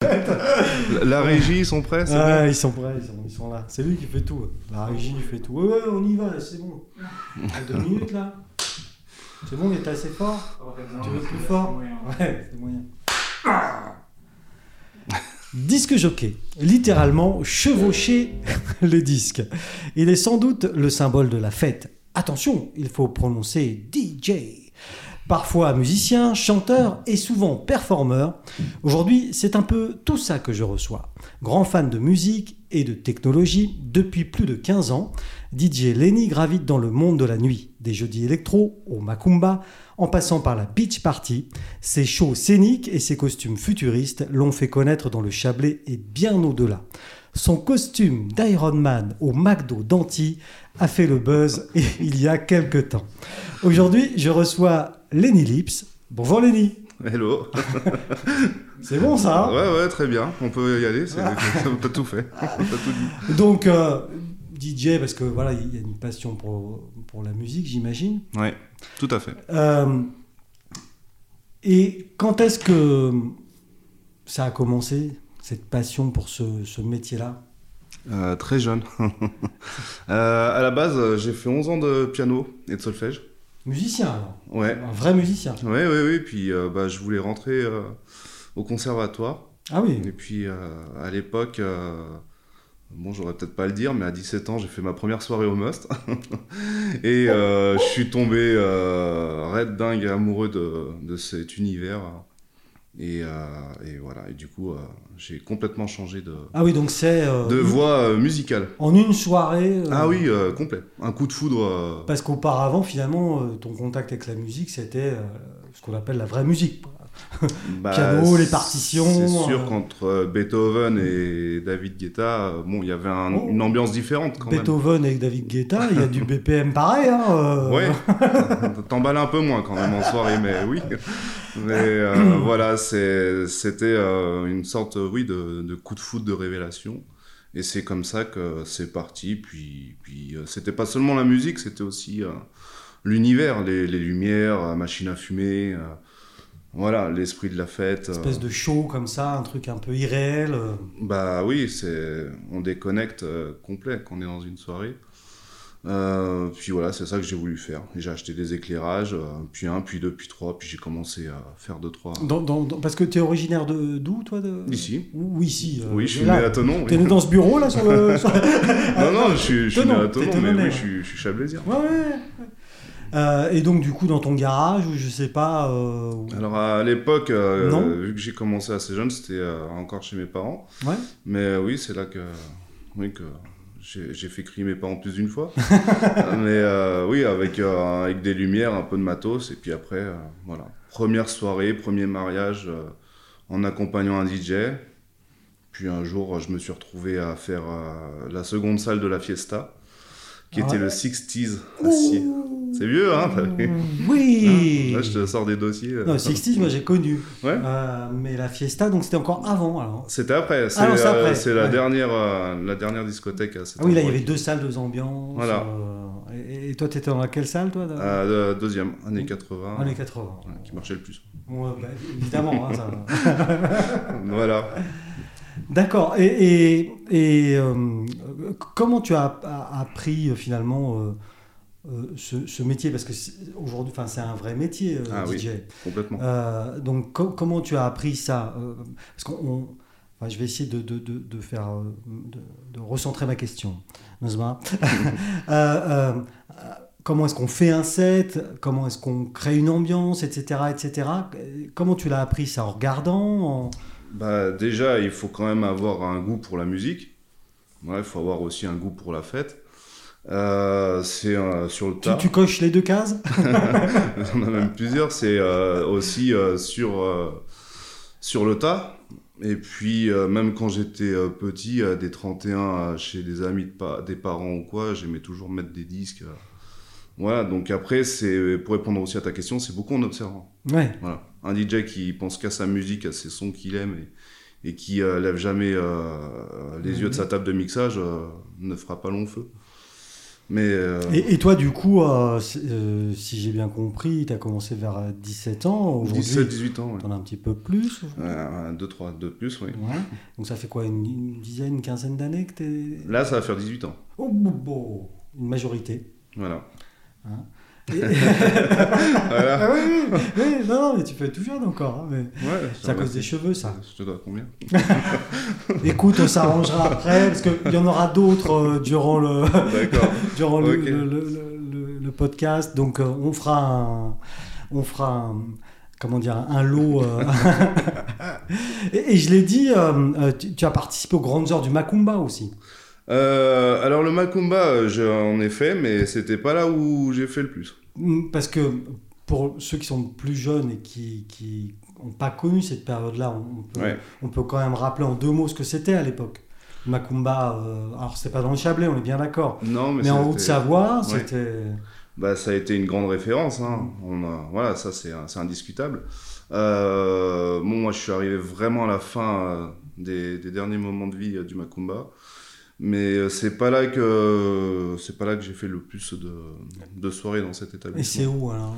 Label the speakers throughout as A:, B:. A: prête.
B: La régie, ils sont prêts, c'est
A: Ah, ils sont prêts, ils sont, ils sont là. C'est lui qui fait tout. La régie, il fait tout. Ouais, ouais, on y va, c'est bon. Dans Deux minutes là. C'est bon, on est assez fort. Tu veux plus fort Ouais, c'est moyen. Ah Disque jockey, littéralement chevaucher le disque. Il est sans doute le symbole de la fête. Attention, il faut prononcer DJ. Parfois musicien, chanteur et souvent performeur. Aujourd'hui, c'est un peu tout ça que je reçois. Grand fan de musique et de technologie depuis plus de 15 ans, DJ Lenny gravite dans le monde de la nuit, des jeudis électro au Macumba, en passant par la beach party. Ses shows scéniques et ses costumes futuristes l'ont fait connaître dans le Chablais et bien au-delà. Son costume d'Iron Man au McDo d'Anti a fait le buzz il y a quelque temps. Aujourd'hui, je reçois Lenny Lips. Bonjour Lenny.
B: Hello.
A: C'est bon ça hein
B: Ouais, ouais, très bien. On peut y aller. c'est- T'as tout fait. T'as tout dit.
A: Donc euh, DJ, parce que voilà, il y a une passion pour, pour la musique, j'imagine.
B: Ouais, tout à fait.
A: Euh, et quand est-ce que ça a commencé, cette passion pour ce, ce métier-là
B: Euh, très jeune. Euh, à la base, euh, j'ai fait 11 ans de piano et de solfège.
A: Musicien alors
B: Ouais.
A: Un vrai musicien
B: Ouais, ouais, ouais. Puis euh, bah, je voulais rentrer euh, au conservatoire.
A: Ah oui
B: Et puis euh, à l'époque, euh, bon, j'aurais peut-être pas à le dire, mais à 17 ans, j'ai fait ma première soirée au Must. et euh, je suis tombé euh, raide dingue amoureux de, de cet univers. Et, euh, et voilà, et du coup, euh, j'ai complètement changé de,
A: Ah oui, donc c'est euh,
B: de voix euh, musicale.
A: en une soirée. euh,
B: Ah oui, euh, complet. Un coup de foudre. euh,
A: Parce qu'auparavant, finalement, euh, ton contact avec la musique, c'était euh, ce qu'on appelle la vraie musique.
B: Bah,
A: Piano, les
B: c'est-
A: partitions,
B: C'est
A: euh.
B: sûr qu'entre euh, Beethoven et David Guetta, euh, bon, il y avait un-
A: Oh.
B: une ambiance différente quand même.
A: Beethoven avec David Guetta, il y a du BPM pareil. Hein, euh,
B: Ouais, t'emballes un peu moins quand même en soirée, mais oui. Mais euh, voilà, c'est- c'était euh, une sorte oui, de, de coup de foudre de révélation. Et c'est comme ça que c'est parti. Puis, puis euh, c'était pas seulement la musique, c'était aussi euh, l'univers, les, les lumières, la machine à fumer, euh, voilà, l'esprit de la fête.
A: Une espèce
B: euh.
A: de show comme ça, un truc un peu irréel. euh.
B: Bah oui, c'est on déconnecte euh, complet quand on est dans une soirée. Euh, puis voilà, c'est ça que j'ai voulu faire. J'ai acheté des éclairages, euh, puis un, puis deux, puis trois, puis j'ai commencé à faire deux, trois.
A: Dans- dans- dans- parce que tu es originaire de- d'où, toi de...
B: Ici.
A: Ou ici. euh,
B: oui, je suis
A: là.
B: né à Tonon. oui.
A: T'es né dans ce bureau là sur le. sur-
B: Non, non, je suis, je suis né
A: Thonon,
B: à
A: t'es hein.
B: Thonon, mais
A: Thononnais,
B: oui, je suis, je suis chablaisien.
A: Ouais, ouais, ouais. Euh, et donc, du coup, dans ton garage, ou je sais pas. euh, où-
B: Alors à l'époque, euh,
A: Non.
B: vu que j'ai commencé assez jeune, c'était euh, encore chez mes parents.
A: Ouais.
B: Mais euh, oui, c'est là que, oui, que j'ai j'ai fait crier mes parents plus d'une fois. Mais euh, oui, avec, euh, avec des lumières, un peu de matos. Et puis après, euh, voilà. Première soirée, premier mariage euh, en accompagnant un DJ. Puis un jour, je me suis retrouvé à faire euh, la seconde salle de la fiesta, qui
A: Ah
B: était
A: ouais.
B: le 60s. à Sciez.
A: Ouh.
B: Ah, C'est vieux, hein t'as vu
A: Oui
B: Là, je te sors des dossiers. euh.
A: Non, 60 moi j'ai connu.
B: Ouais.
A: Euh, mais la Fiesta, donc c'était encore avant alors.
B: C'était après, c'est
A: Ah non, c'est
B: euh,
A: après,
B: c'est la,
A: ouais.
B: dernière, euh, la dernière discothèque à cet
A: Ah oui, là il y
B: endroit.
A: avait deux salles, deux ambiances.
B: Voilà.
A: euh, et, et toi, t'étais dans laquelle salle toi dans-
B: Euh, deuxième, années 80.
A: Oh. Années 80.
B: Ouais, qui marchait le plus.
A: Ouais, bah, évidemment. hein, ça...
B: voilà.
A: D'accord. Et, et, et, euh, comment tu as app- a- appris euh, finalement euh, euh, ce, ce métier Parce que c'est- aujourd'hui, enfin, c'est un vrai métier, euh,
B: Ah oui.
A: DJ.
B: Complètement.
A: Euh, donc, co- comment tu as appris ça Euh, Parce qu'on, on- enfin, je vais essayer de, de- de- de faire, euh, de, de recentrer ma question, Nozma. Euh, euh, euh, comment est-ce qu'on fait un set Comment est-ce qu'on crée une ambiance, etc., etc. Euh, Comment tu l'as appris ça en regardant en-
B: Bah, déjà, il faut quand même avoir un goût pour la musique. Ouais, il faut avoir aussi un goût pour la fête. Euh, c'est euh, sur le
A: tu,
B: tas,
A: tu coches les deux cases
B: on en a même plusieurs, c'est euh, aussi euh, sur, euh, sur le tas. Et puis, euh, même quand j'étais euh, petit, à des 31, euh, chez des amis, de pa- des parents ou quoi, j'aimais toujours mettre des disques. euh. Voilà, donc après, c'est pour répondre aussi à ta question, c'est beaucoup en observant.
A: Ouais.
B: Voilà. Un DJ qui pense qu'à sa musique, à ses sons qu'il aime et, et qui euh, lève jamais euh, les
A: Mhm.
B: yeux de sa table de mixage euh, ne fera pas long feu. Mais euh,
A: Et, et toi, du coup, euh, c'est- euh, si j'ai bien compris, tu as commencé vers euh, 17 ans. Aujourd'hui,
B: 17-18 ans, ouais.
A: t'en as un petit peu plus. aujourd'hui.
B: Euh, deux, trois, deux plus, oui.
A: Ouais. Donc ça fait quoi, une, une dizaine, une quinzaine d'années que t'es...
B: Là, ça va faire 18 ans.
A: Oh, bon, bon, une majorité.
B: Voilà.
A: Et-
B: voilà.
A: Ah oui, oui, oui, non, non, mais tu peux être tout jeune encore. hein, mais...
B: Ouais,
A: C'est à cause des cheveux, ça.
B: Je te dois combien
A: Écoute, on s'arrangera après, parce qu'il y en aura d'autres euh, durant le,
B: Ah, D'accord.
A: durant le-
B: Ok.
A: le, le- le- le- le podcast. Donc, euh, on fera un. On fera un- Comment dire Un lot. euh, et, et je l'ai dit, euh, euh, tu, tu as participé aux grandes heures du Macumba aussi.
B: Euh, alors, le Macumba, euh, j'en ai fait, mais c'était pas là où j'ai fait le plus.
A: Mm, Parce que pour ceux qui sont plus jeunes et qui. qui n'ont pas connu cette période-là, on, on peut,
B: Ouais.
A: on peut quand même rappeler en deux mots ce que c'était à l'époque. Le Macumba, euh, alors c'est pas dans le Chablais, on est bien d'accord.
B: Non, mais,
A: Mais en
B: c'était-
A: Haute-Savoie,
B: Ouais.
A: c'était.
B: bah, ça a été une grande référence. Hein. On a- voilà, ça c'est c'est indiscutable. Euh, bon, moi je suis arrivé vraiment à la fin euh, des, des derniers moments de vie euh, du Macumba, mais euh, c'est pas là que c'est pas là que j'ai fait le plus de, de soirées dans cet
A: Et c'est
B: établissement.
A: où alors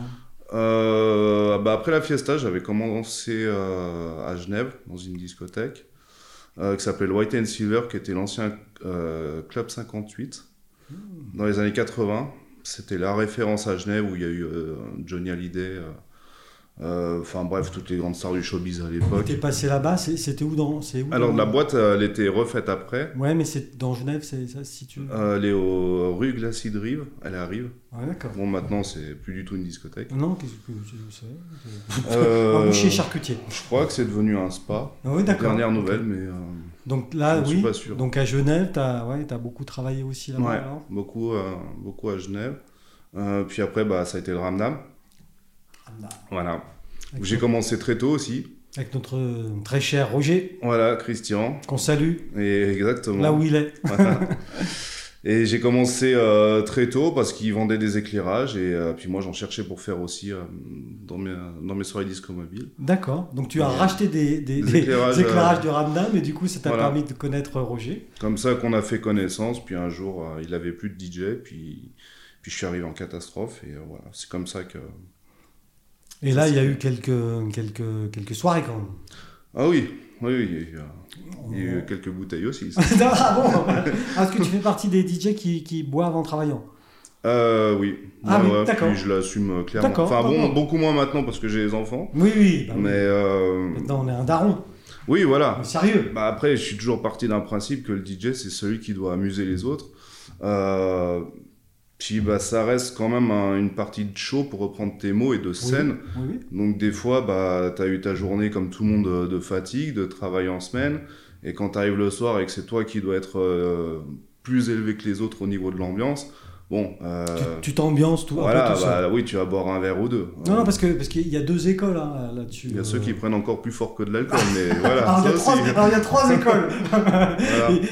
B: Euh, bah, après la fiesta, j'avais commencé euh, à Genève dans une discothèque euh, qui s'appelait le White and Silver, qui était l'ancien euh, club 58 dans les années 80. C'était la référence à Genève où il y a eu euh, Johnny Hallyday, euh, euh, enfin bref, toutes les grandes stars du showbiz à l'époque.
A: T'es passé là-bas, c'est- c'était où dans c'est où
B: Alors
A: dans-
B: la boîte, euh, elle était refaite après.
A: Ouais, mais c'est dans Genève, c'est ça se situe.
B: Euh, elle est au rue Glacide Rive, elle arrive.
A: Ouais, d'accord.
B: Bon, maintenant, c'est plus du tout une discothèque.
A: Non, qu'est-ce que je sais Un
B: Euh,
A: boucher charcutier.
B: je crois que c'est devenu un spa.
A: Ah Oui, d'accord.
B: Dernière nouvelle,
A: Ok.
B: mais euh,
A: Donc là,
B: je ne
A: oui.
B: suis pas sûr.
A: Donc à Genève, t'as ouais, t'as beaucoup travaillé aussi là-bas.
B: Ouais,
A: alors
B: beaucoup, euh, beaucoup à Genève. Euh, puis après, bah, ça a été le Ramdam.
A: Ah, là.
B: Voilà.
A: Avec,
B: J'ai
A: notre-
B: commencé très tôt aussi.
A: avec notre euh, très cher Roger,
B: Voilà, Christian.
A: qu'on salue
B: Et exactement.
A: là où il est.
B: Voilà. Et j'ai commencé euh, très tôt parce qu'ils vendaient des éclairages et euh, puis moi j'en cherchais pour faire aussi euh, dans, mes, dans mes soirées disco mobile.
A: D'accord. Donc tu as
B: Ouais.
A: racheté des, des-
B: Des
A: des
B: éclairages,
A: éclairages,
B: euh,
A: de Ramdam et du coup, ça t'a
B: voilà.
A: permis de connaître Roger.
B: Comme ça qu'on a fait connaissance, puis un jour euh, il avait plus de DJ, puis, puis je suis arrivé en catastrophe et euh, voilà, c'est comme ça que...
A: Et là, il y a eu quelques, quelques, quelques soirées quand même.
B: Ah oui, oui, oui, il y a eu, euh, Il y a eu quelques bouteilles aussi. ça.
A: ah bon Est-ce que tu fais partie des DJ qui, qui boivent en travaillant
B: euh, oui.
A: Ah
B: Ouais,
A: oui,
B: ouais,
A: d'accord.
B: Puis je l'assume euh, clairement.
A: D'accord,
B: Enfin bon,
A: d'accord.
B: beaucoup moins maintenant parce que j'ai les enfants.
A: Oui, oui. bah oui.
B: Mais euh,
A: Maintenant, on est un daron.
B: oui, voilà.
A: Sérieux.
B: Bah, après, je suis toujours parti d'un principe que le DJ, c'est celui qui doit amuser les autres. Euh, Puis bah, ça reste quand même un- une partie de show pour reprendre tes mots et de scène.
A: Oui, oui.
B: Donc des fois, bah, tu as eu ta journée comme tout le monde euh, de fatigue, de travail en semaine, et quand tu arrives le soir et que c'est toi qui dois être euh, plus élevé que les autres au niveau de l'ambiance, bon, euh,
A: Tu- Tu t'ambiances tout, un peu
B: voilà,
A: tout seul.
B: bah, oui, tu vas boire un verre ou deux.
A: Non, non,
B: Euh,
A: parce que parce qu'il y a deux écoles hein, là-dessus.
B: il y a
A: euh.
B: ceux qui prennent encore plus fort que de l'alcool, mais
A: Alors,
B: voilà,
A: il y
B: ça
A: a trois,
B: aussi.
A: alors, il y a trois écoles.
B: Voilà.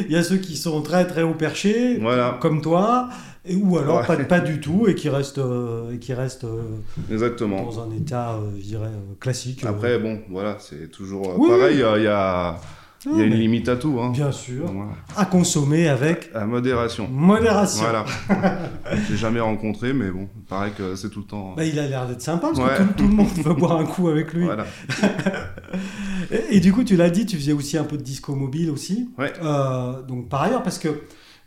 A: Il y a ceux qui sont très très haut perchés,
B: Voilà,
A: comme toi, et, ou alors
B: Ouais.
A: pas, pas du tout, et qui restent, euh, et qui restent euh,
B: exactement.
A: dans un état, euh, je dirais, euh, classique. euh.
B: Après, bon, voilà, c'est toujours euh,
A: Oui,
B: pareil, euh, il y a, il y a
A: Ah,
B: une
A: mais
B: limite à tout. Hein.
A: Bien sûr.
B: Voilà.
A: À consommer avec
B: À modération.
A: modération.
B: Voilà. J'ai jamais rencontré, mais bon, pareil que c'est tout le temps.
A: Bah, il a l'air d'être sympa parce
B: Ouais.
A: que tout, tout le monde veut boire un coup avec lui.
B: Voilà.
A: Et, et du coup, tu l'as dit, tu faisais aussi un peu de disco mobile aussi.
B: Ouais.
A: Euh, donc par ailleurs, parce que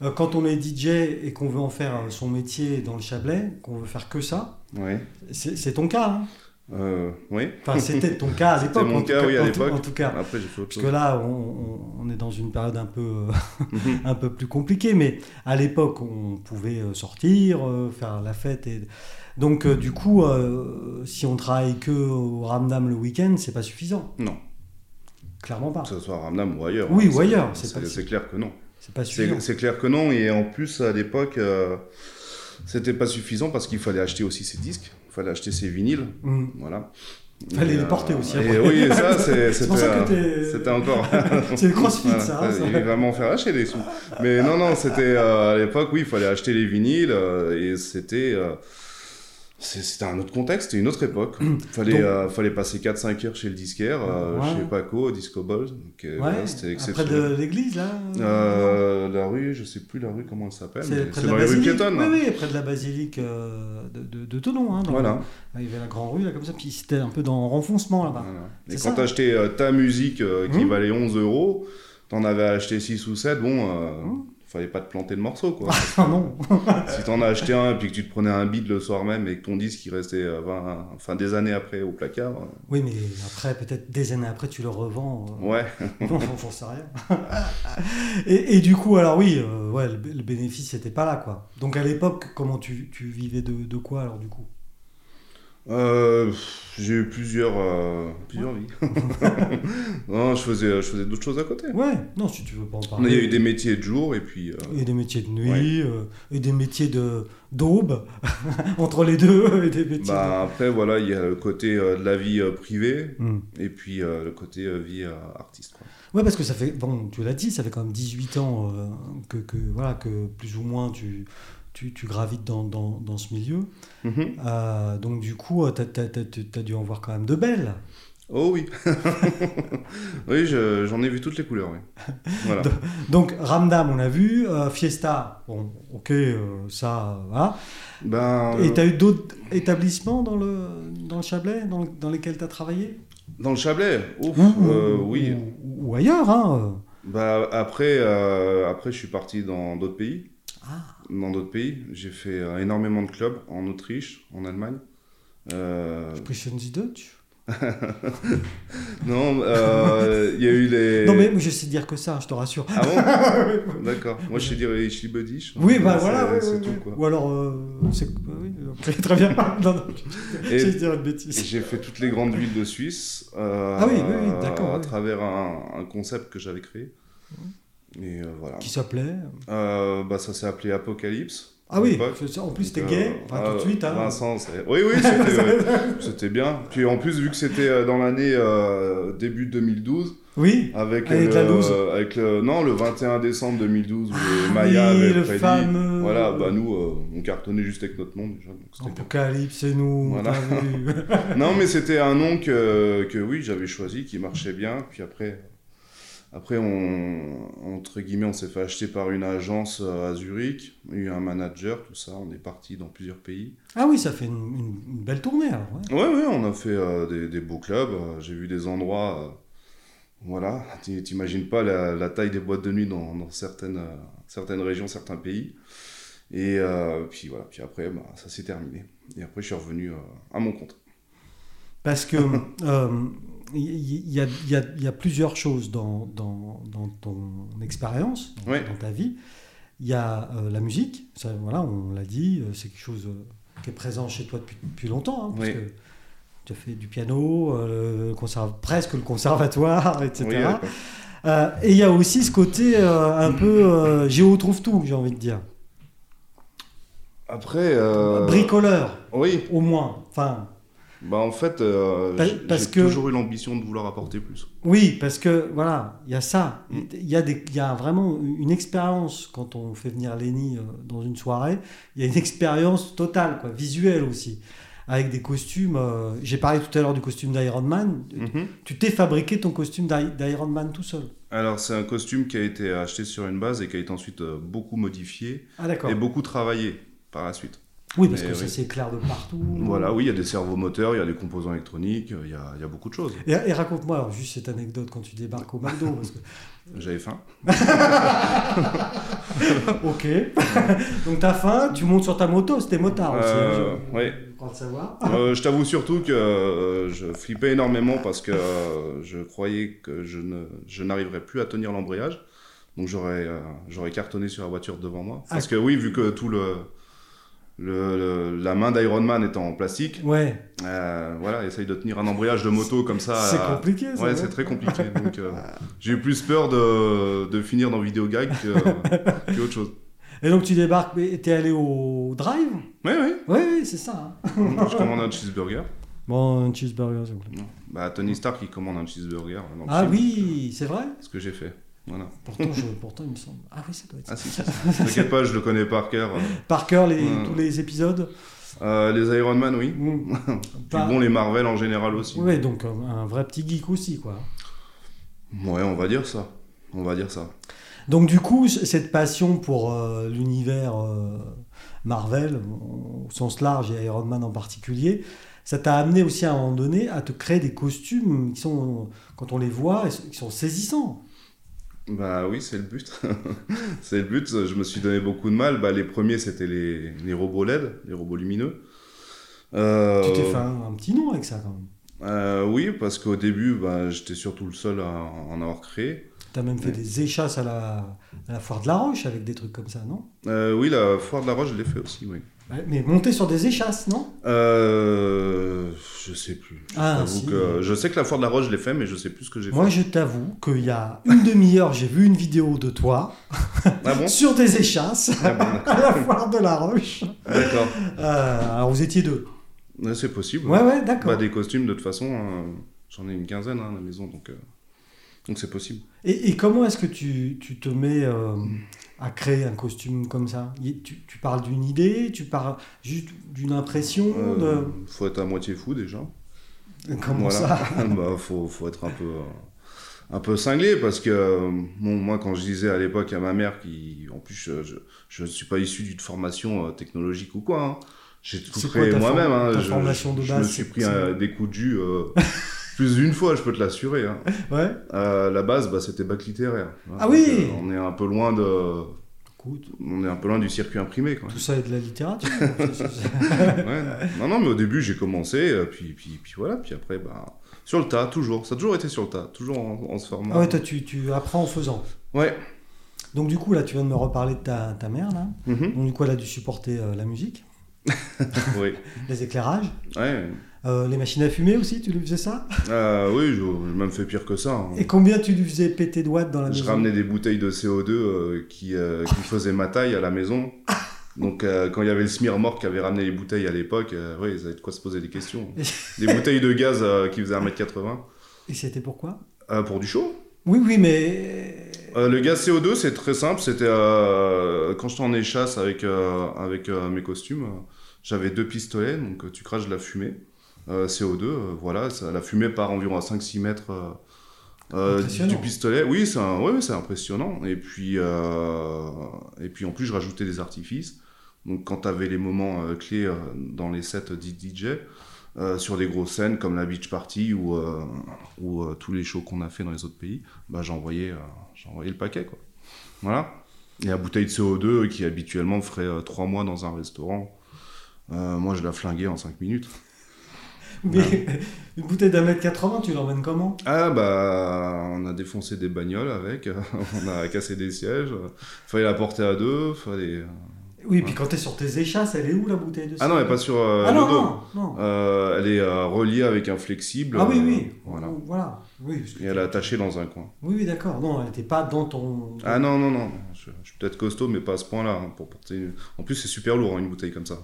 A: euh, quand on est DJ et qu'on veut en faire euh, son métier dans le Chablais, qu'on veut faire que ça,
B: Oui.
A: c'est c'est ton cas. hein.
B: Euh, oui.
A: Enfin, c'était ton cas à l'époque.
B: mon
A: en tout
B: cas, oui, à
A: en tout-
B: l'époque.
A: En tout cas.
B: Après, j'ai fait autre
A: Parce
B: chose.
A: que là, on, on- on est dans une période un peu, euh, un peu plus compliquée, mais à l'époque, on pouvait euh, sortir, euh, faire la fête. Et... Donc, euh, du coup, euh, si on travaille que au Ramdam le week-end, c'est pas suffisant.
B: Non.
A: Clairement pas.
B: Que ce soit à Ramdam ou ailleurs.
A: Oui,
B: hein,
A: ou ailleurs, c'est
B: C'est
A: pas-
B: c'est clair que non.
A: C'est pas
B: C'est
A: suffisant.
B: c'est clair que non. Et en plus, à l'époque, euh, c'était pas suffisant parce qu'il fallait acheter aussi ses disques. Il fallait acheter ses vinyles.
A: Mm.
B: Voilà.
A: Fallait
B: Et, euh,
A: les porter aussi,
B: Et
A: après.
B: oui, ça, c'est-
A: C'est pour ça
B: c'était
A: que
B: euh,
A: t'es-
B: c'était encore.
A: C'est le crossfit,
B: Voilà,
A: ça. hein, ça.
B: Il va vraiment faire acheter des sous. Mais non, non, c'était euh, à l'époque, oui, il fallait acheter les vinyles euh, et c'était. euh, C'était un autre contexte, c'était une autre époque. Fallait,
A: Donc-
B: euh, fallait passer 4-5 heures chez le disquaire, euh,
A: Ouais.
B: chez Paco, au Disco Balls. Donc, euh,
A: Ouais,
B: voilà, c'était
A: Après
B: exceptionnel.
A: de l'église, là
B: Euh, la rue, je sais plus la rue comment elle s'appelle. mais
A: C'est près
B: C'est
A: de la
B: dans les rues
A: basilique.
B: piétonnes.
A: oui,
B: hein.
A: oui, près de la basilique euh, de, de, de Thonon, hein, dans-
B: Voilà.
A: Ah, Il y avait la grande rue, là, comme ça, puis c'était un peu dans renfoncement là-bas.
B: Voilà.
A: C'est
B: Et
A: ça.
B: quand t'achetais euh, ta musique euh, qui
A: Mhm.
B: valait 11 euros, t'en avais acheté 6 ou 7, bon, euh,
A: Mhm.
B: fallait pas te planter de morceau quoi.
A: Ah non
B: si t'en as acheté un et puis que tu te prenais un bid le soir même et que ton disque il restait euh, 20 enfin, des années après au placard, euh,
A: Oui, mais après, peut-être des années après, tu le revends. euh,
B: ouais.
A: Non, j'en sais rien. et, et du coup, alors oui, euh, ouais, le, le bénéfice n'était pas là, quoi. Donc à l'époque, comment tu, tu vivais de, de quoi, alors, du coup
B: Euh, pff, J'ai eu plusieurs, euh, plusieurs vies. non, je faisais, je faisais d'autres choses à côté.
A: Ouais, non, si tu veux pas en parler.
B: Il y a eu des métiers de jour et puis. euh,
A: Et des métiers de nuit, euh, et des métiers de d'aube, entre les deux, et des métiers
B: bah, après, voilà, il y a le côté euh, de la vie euh, privée
A: de... Hmm.
B: et puis euh, le côté euh, vie euh, artiste. quoi.
A: Ouais, parce que ça fait, bon, tu l'as dit, ça fait quand même 18 ans euh, que, que, voilà, que plus ou moins tu, tu, tu gravites dans, dans, dans ce milieu.
B: Mhm.
A: Euh, donc du coup, tu as, dû en voir quand même de belles.
B: Oh oui. oui, je- j'en ai vu toutes les couleurs, oui. Voilà.
A: Donc Ramdam, on l'a vu, euh, Fiesta, bon, ok, euh, ça, euh, voilà.
B: Ben,
A: Et tu as eu d'autres établissements dans le, dans le Chablais, dans, le- dans lesquels tu as travaillé
B: euh, dans le Chablais, ouf,
A: Ou-
B: euh,
A: ou-
B: oui.
A: Ou, ou ailleurs, hein
B: Bah, après, euh, après, je suis parti dans d'autres pays.
A: Ah.
B: Dans d'autres pays, j'ai fait euh, énormément de clubs en Autriche, en Allemagne. Euh,
A: Prison Sie Deutsch
B: non, euh, il y a eu les.
A: Non, mais je sais dire que ça, je te rassure.
B: Ah bon D'accord. Moi, je sais dire les Chibudish.
A: Oui, bah voilà, ouais,
B: c'est
A: ouais,
B: tout
A: ouais.
B: quoi.
A: Ou alors, euh, c'est- oui, ok, très bien. non, non, je,
B: Et-
A: je vais dire une
B: Et
A: bêtise.
B: J'ai fait toutes les grandes villes de Suisse euh,
A: Ah oui, oui, oui, d'accord,
B: à
A: oui.
B: travers un, un concept que j'avais créé. Et euh, voilà.
A: Qui s'appelait
B: Euh, bah, ça s'est appelé Apocalypse.
A: Ah
B: à
A: oui,
B: l'époque.
A: je- en plus t'es
B: Donc,
A: gay,
B: euh,
A: enfin, tout de
B: euh,
A: suite. Hein.
B: Vincent, c'est- oui, oui, c'était-
A: Euh,
B: c'était bien. Puis en plus, vu que c'était euh, dans l'année euh, début 2012,
A: oui,
B: avec,
A: Avec
B: le,
A: la loose.
B: avec le- non, le 21 décembre 2012, où les
A: Ah
B: Maya
A: oui,
B: avait
A: le
B: prédit.
A: fameux-
B: Voilà, bah nous, euh, on cartonnait juste avec notre nom déjà. donc c'était bien.
A: Apocalypse, c'est nous.
B: Voilà.
A: t'as vu.
B: Non, mais c'était un nom que, que oui, j'avais choisi, qui marchait bien. Puis après, après on, entre guillemets, on s'est fait acheter par une agence euh, à Zurich. Il y a eu un manager, tout ça. On est parti dans plusieurs pays.
A: ah oui, ça fait une, une- une belle tournée alors. ouais.
B: Ouais, ouais, on a fait euh, des, des beaux clubs. euh, J'ai vu des endroits. euh, voilà, T'i- t'imagines pas la, la taille des boîtes de nuit dans, dans certaines, euh, certaines régions, certains pays. Et euh, puis voilà, puis après, bah, ça s'est terminé. Et après, je suis revenu euh, à mon compte.
A: Parce que euh, il y, y a, il y a- il y a plusieurs choses dans, dans, dans ton expérience, dans,
B: Ouais.
A: dans ta vie. Il y a euh, la musique, ça, voilà, on l'a dit, euh, c'est quelque chose euh, qui est présent chez toi depuis, depuis longtemps. hein, parce
B: Oui.
A: que tu as fait du piano, euh, le conserv- presque le conservatoire, etc.
B: Oui, à l'époque.
A: Euh, et il y a aussi ce côté euh, un peu euh, Géo trouve tout, j'ai envie de dire.
B: Après. euh,
A: Bricoleur,
B: Oui,
A: au moins. Enfin,
B: bah en fait, euh,
A: Pa-
B: j'ai
A: parce
B: j'ai
A: que-
B: toujours eu l'ambition de vouloir apporter plus.
A: Oui, parce que voilà, il y a ça.
B: Mm.
A: Il y, a des- il y a vraiment une expérience quand on fait venir Lenny euh, dans une soirée. Il y a une expérience totale, quoi, visuelle aussi. Avec des costumes. euh, J'ai parlé tout à l'heure du costume d'Iron Man.
B: Mm. Mhm.
A: Tu t'es fabriqué ton costume d'I- d'Iron Man tout seul.
B: Alors, c'est un costume qui a été acheté sur une base et qui a été ensuite euh, beaucoup modifié
A: Ah, d'accord.
B: et beaucoup travaillé par la suite.
A: Oui, parce
B: Mais
A: que ça
B: oui.
A: s'éclaire de partout.
B: Voilà, oui, il y a des cerveaux moteurs, il y a des composants électroniques, il y a, il y a beaucoup de choses.
A: Et, et raconte-moi alors juste cette anecdote quand tu débarques au McDo. parce que-
B: J'avais faim.
A: ok. Donc t'as faim, tu montes sur ta moto, c'était motard aussi.
B: Euh,
A: hein, je-
B: ouais.
A: je crois le savoir.
B: Euh, je t'avoue surtout que euh, je flippais énormément parce que euh, je croyais que je ne- je n'arriverais plus à tenir l'embrayage. Donc j'aurais euh, j'aurais cartonné sur la voiture devant moi. Parce que oui, vu que tout le, le- le- la main d'Iron Man est en plastique,
A: Ouais.
B: euh, voilà, essaye de tenir un embrayage de moto comme ça.
A: C'est
B: euh,
A: compliqué, ça.
B: Ouais,
A: non
B: c'est très compliqué. Donc euh, j'ai eu plus peur de, de finir dans Vidéo Gag que, que autre chose.
A: Et donc tu débarques, mais t'es allé au drive
B: Oui, oui.
A: Oui, oui, c'est ça. hein.
B: Je commande un cheeseburger.
A: Bon, un cheeseburger, s'il vous plaît.
B: Bah, Tony Stark, il commande un cheeseburger. hein, dans le
A: Ah
B: film.
A: oui, c'est vrai
B: ce que j'ai fait. Voilà.
A: pourtant, je- pourtant, il me semble. Ah oui, ça doit être ça.
B: Ah si, si, si. T'inquiète pas, je le connais par cœur.
A: Par cœur, les,
B: Ouais.
A: tous les épisodes
B: Euh, les Iron Man, oui.
A: Mm.
B: Puis
A: Pas-
B: bon, les Marvel en général aussi.
A: Ouais, donc euh, un vrai petit geek aussi, quoi.
B: Ouais, on va dire ça. On va dire ça.
A: Donc du coup, c- cette passion pour euh, l'univers euh, Marvel, au sens large, et Iron Man en particulier, ça t'a amené aussi à un moment donné à te créer des costumes qui sont, quand on les voit, ils sont- qui sont saisissants.
B: Bah oui, c'est le but. c'est le but. Je me suis donné beaucoup de mal. Bah, les premiers, c'était les, les robots LED, les robots lumineux. Euh,
A: Tu t'es fait un, un petit nom avec ça quand même.
B: euh, oui, parce qu'au début, bah, j'étais surtout le seul à en avoir créé.
A: T'as même fait
B: Ouais.
A: des échasses à la, à la foire de la Roche avec des trucs comme ça, non
B: Euh, oui, la foire de la Roche, je l'ai fait aussi, oui.
A: Ouais, Mais monter sur des échasses, non
B: Euh, je sais plus. Je
A: Ah,
B: t'avoue
A: si.
B: que- je sais que la foire de la Roche, je l'ai fait, mais je sais plus ce que j'ai
A: Moi,
B: fait.
A: je t'avoue qu'il y a une demi-heure, j'ai vu une vidéo de toi
B: Ah bon
A: sur des échasses
B: Ah bon,
A: à la foire de la Roche.
B: D'accord.
A: Euh, alors, vous étiez deux.
B: Ouais, C'est possible.
A: Ouais, ouais, d'accord.
B: Bah, des costumes, de toute façon, euh, j'en ai une quinzaine hein, à la maison, donc euh, donc c'est possible.
A: Et, et comment est-ce que tu, tu te mets euh, à créer un costume comme ça Y- tu, tu parles d'une idée, tu parles juste d'une impression
B: Il
A: de...
B: Euh, Faut être à moitié fou déjà.
A: euh, Comment
B: Voilà.
A: ça
B: bah, faut, faut être un peu, euh, un peu cinglé parce que euh, bon, moi, quand je disais à l'époque à ma mère, qui en plus je- je- je ne suis pas issu d'une formation euh, technologique ou quoi, hein. j'ai tout
A: C'est
B: créé
A: quoi ta
B: moi-même.
A: form-
B: hein.
A: ta
B: Je-
A: formation de
B: je, je
A: base,
B: me suis
A: c'est-
B: pris
A: c'est-
B: euh, des coups de jus euh, plus d'une fois, je peux te l'assurer. hein.
A: Ouais
B: Euh, la base, bah, c'était bac littéraire.
A: Ah
B: Donc,
A: oui
B: euh, On est un peu loin de,
A: Écoute,
B: on est un peu loin du circuit imprimé quand même.
A: tout ça est de la littérature.
B: Ouais. Non, non, mais au début, j'ai commencé, euh, puis, puis, puis voilà, puis après, bah, sur le tas, toujours. Ça a toujours été sur le tas, toujours en, en se formant.
A: ah ouais, toi, tu, tu apprends en faisant.
B: Ouais.
A: Donc du coup, là, tu viens de me reparler de ta, ta mère, là.
B: Mhm.
A: Donc du coup, elle a dû supporter euh, la musique,
B: oui.
A: les éclairages,
B: Ouais.
A: euh, les machines à fumer aussi, tu lui faisais ça
B: Euh, oui, je, je me fais pire que ça. hein.
A: Et combien tu lui faisais péter de watts dans la
B: Je
A: maison
B: ramenais des bouteilles de CO2 euh, qui, euh, qui faisaient ma taille à la maison. Donc, euh, quand il y avait le Smirmork qui avait ramené les bouteilles à l'époque, euh, ouais, ils avaient de quoi se poser des questions. des bouteilles de gaz euh, qui faisaient 1m80.
A: Et c'était pourquoi
B: Euh, pour du chaud
A: Oui, oui, mais...
B: Euh, le gaz CO2, c'est très simple. C'était euh, quand j'étais en échasse avec, euh, avec euh, mes costumes, euh, j'avais deux pistolets, donc euh, tu craches de la fumée. Euh, CO2, euh, voilà, ça, la fumée part environ à 5-6 mètres euh, euh, du,
A: Impressionnant.
B: du pistolet. Oui, c'est un- ouais, ouais, c'est impressionnant. Et puis, euh, et puis en plus, je rajoutais des artifices. Donc quand tu avais les moments euh, clés euh, dans les sets dits DJ, euh, sur des grosses scènes comme la beach party ou, euh, ou euh, tous les shows qu'on a fait dans les autres pays, bah, j'envoyais euh, j'envoyais le paquet. Quoi. Voilà. Et la bouteille de CO2 qui habituellement ferait 3 mois dans un restaurant, euh, moi je la flinguais en 5 minutes.
A: Mais une bouteille d'un mètre 80, tu l'emmènes comment
B: Ah bah on a défoncé des bagnoles avec, on a cassé des sièges, euh, fallait la porter à deux, fallait...
A: Oui, puis quand t'es sur tes échasses, elle est où la bouteille de
B: Ah non, elle est pas sur euh,
A: Ah
B: le
A: non,
B: dos.
A: non, non.
B: Euh, elle est euh, reliée avec un flexible.
A: Ah oui,
B: euh,
A: oui.
B: Voilà.
A: Oh, Voilà. Oui, parce que-
B: Et elle est attachée dans un coin.
A: oui, oui, d'accord. Non, elle n'était pas dans ton.
B: Ah non, non, non, je, je suis peut-être costaud, mais pas à ce point-là. hein, pour porter... une- En plus, c'est super lourd, hein, une bouteille comme ça.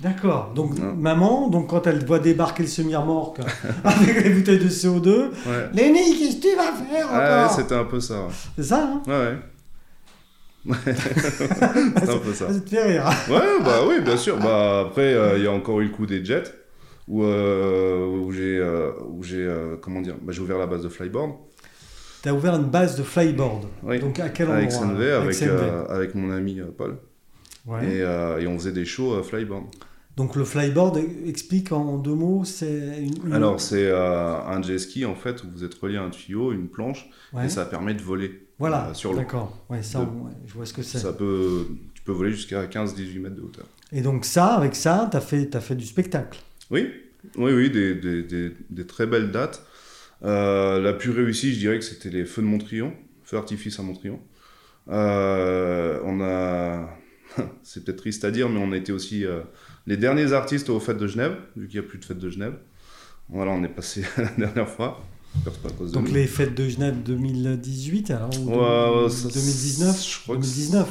A: D'accord. Donc,
B: Non.
A: maman, donc quand elle voit débarquer le semi-remorque avec les bouteilles de CO2,
B: Ouais.
A: Lenny, qu'est-ce que tu vas faire
B: Ah ouais,
A: encore
B: c'était un peu ça. ouais.
A: C'est ça, hein
B: Ouais, ouais. c'est un peu ça.
A: Ça te fait rire.
B: Ouais, bah oui, bien sûr. Bah après, euh, il y a encore eu le coup des jets où, euh, où j'ai euh, où j'ai euh, comment dire, bah, j'ai ouvert la base de Flyboard
A: T'as ouvert une base de flyboard.
B: Oui.
A: Donc, à quel endroit
B: avec SNV, avec
A: SNV.
B: euh, avec mon ami euh, Paul
A: Ouais.
B: et, euh, et on faisait des shows euh, Flyboard.
A: Donc, le flyboard explique en deux mots, c'est une. une-
B: Alors c'est euh, un jet ski en fait où vous êtes relié à un tuyau, une planche
A: Ouais.
B: et ça permet de voler.
A: Voilà,
B: euh, sur l'eau.
A: d'accord. Ouais, ça,
B: De-
A: on- ouais, je vois ce que c'est.
B: Ça peut tu peux voler jusqu'à 15-18 mètres de hauteur.
A: Et donc ça, avec ça, t'as fait, t'as fait du spectacle.
B: Oui, oui, oui, des, des- des- des très belles dates. Euh, la plus réussie, je dirais que c'était les feux de Montrion, feux artifice à Montrion. Euh, on a, c'est peut-être triste à dire, mais on a été aussi euh, les derniers artistes aux fêtes de Genève, vu qu'il n'y a plus de fêtes de Genève. Voilà, on est passé la dernière fois. J'espère que c'est pas à cause de
A: Donc
B: nous.
A: les fêtes de Genève 2018, alors ou
B: Ouais, ouais,
A: deux-
B: ça-
A: 2019,
B: je crois, que,
A: 2019.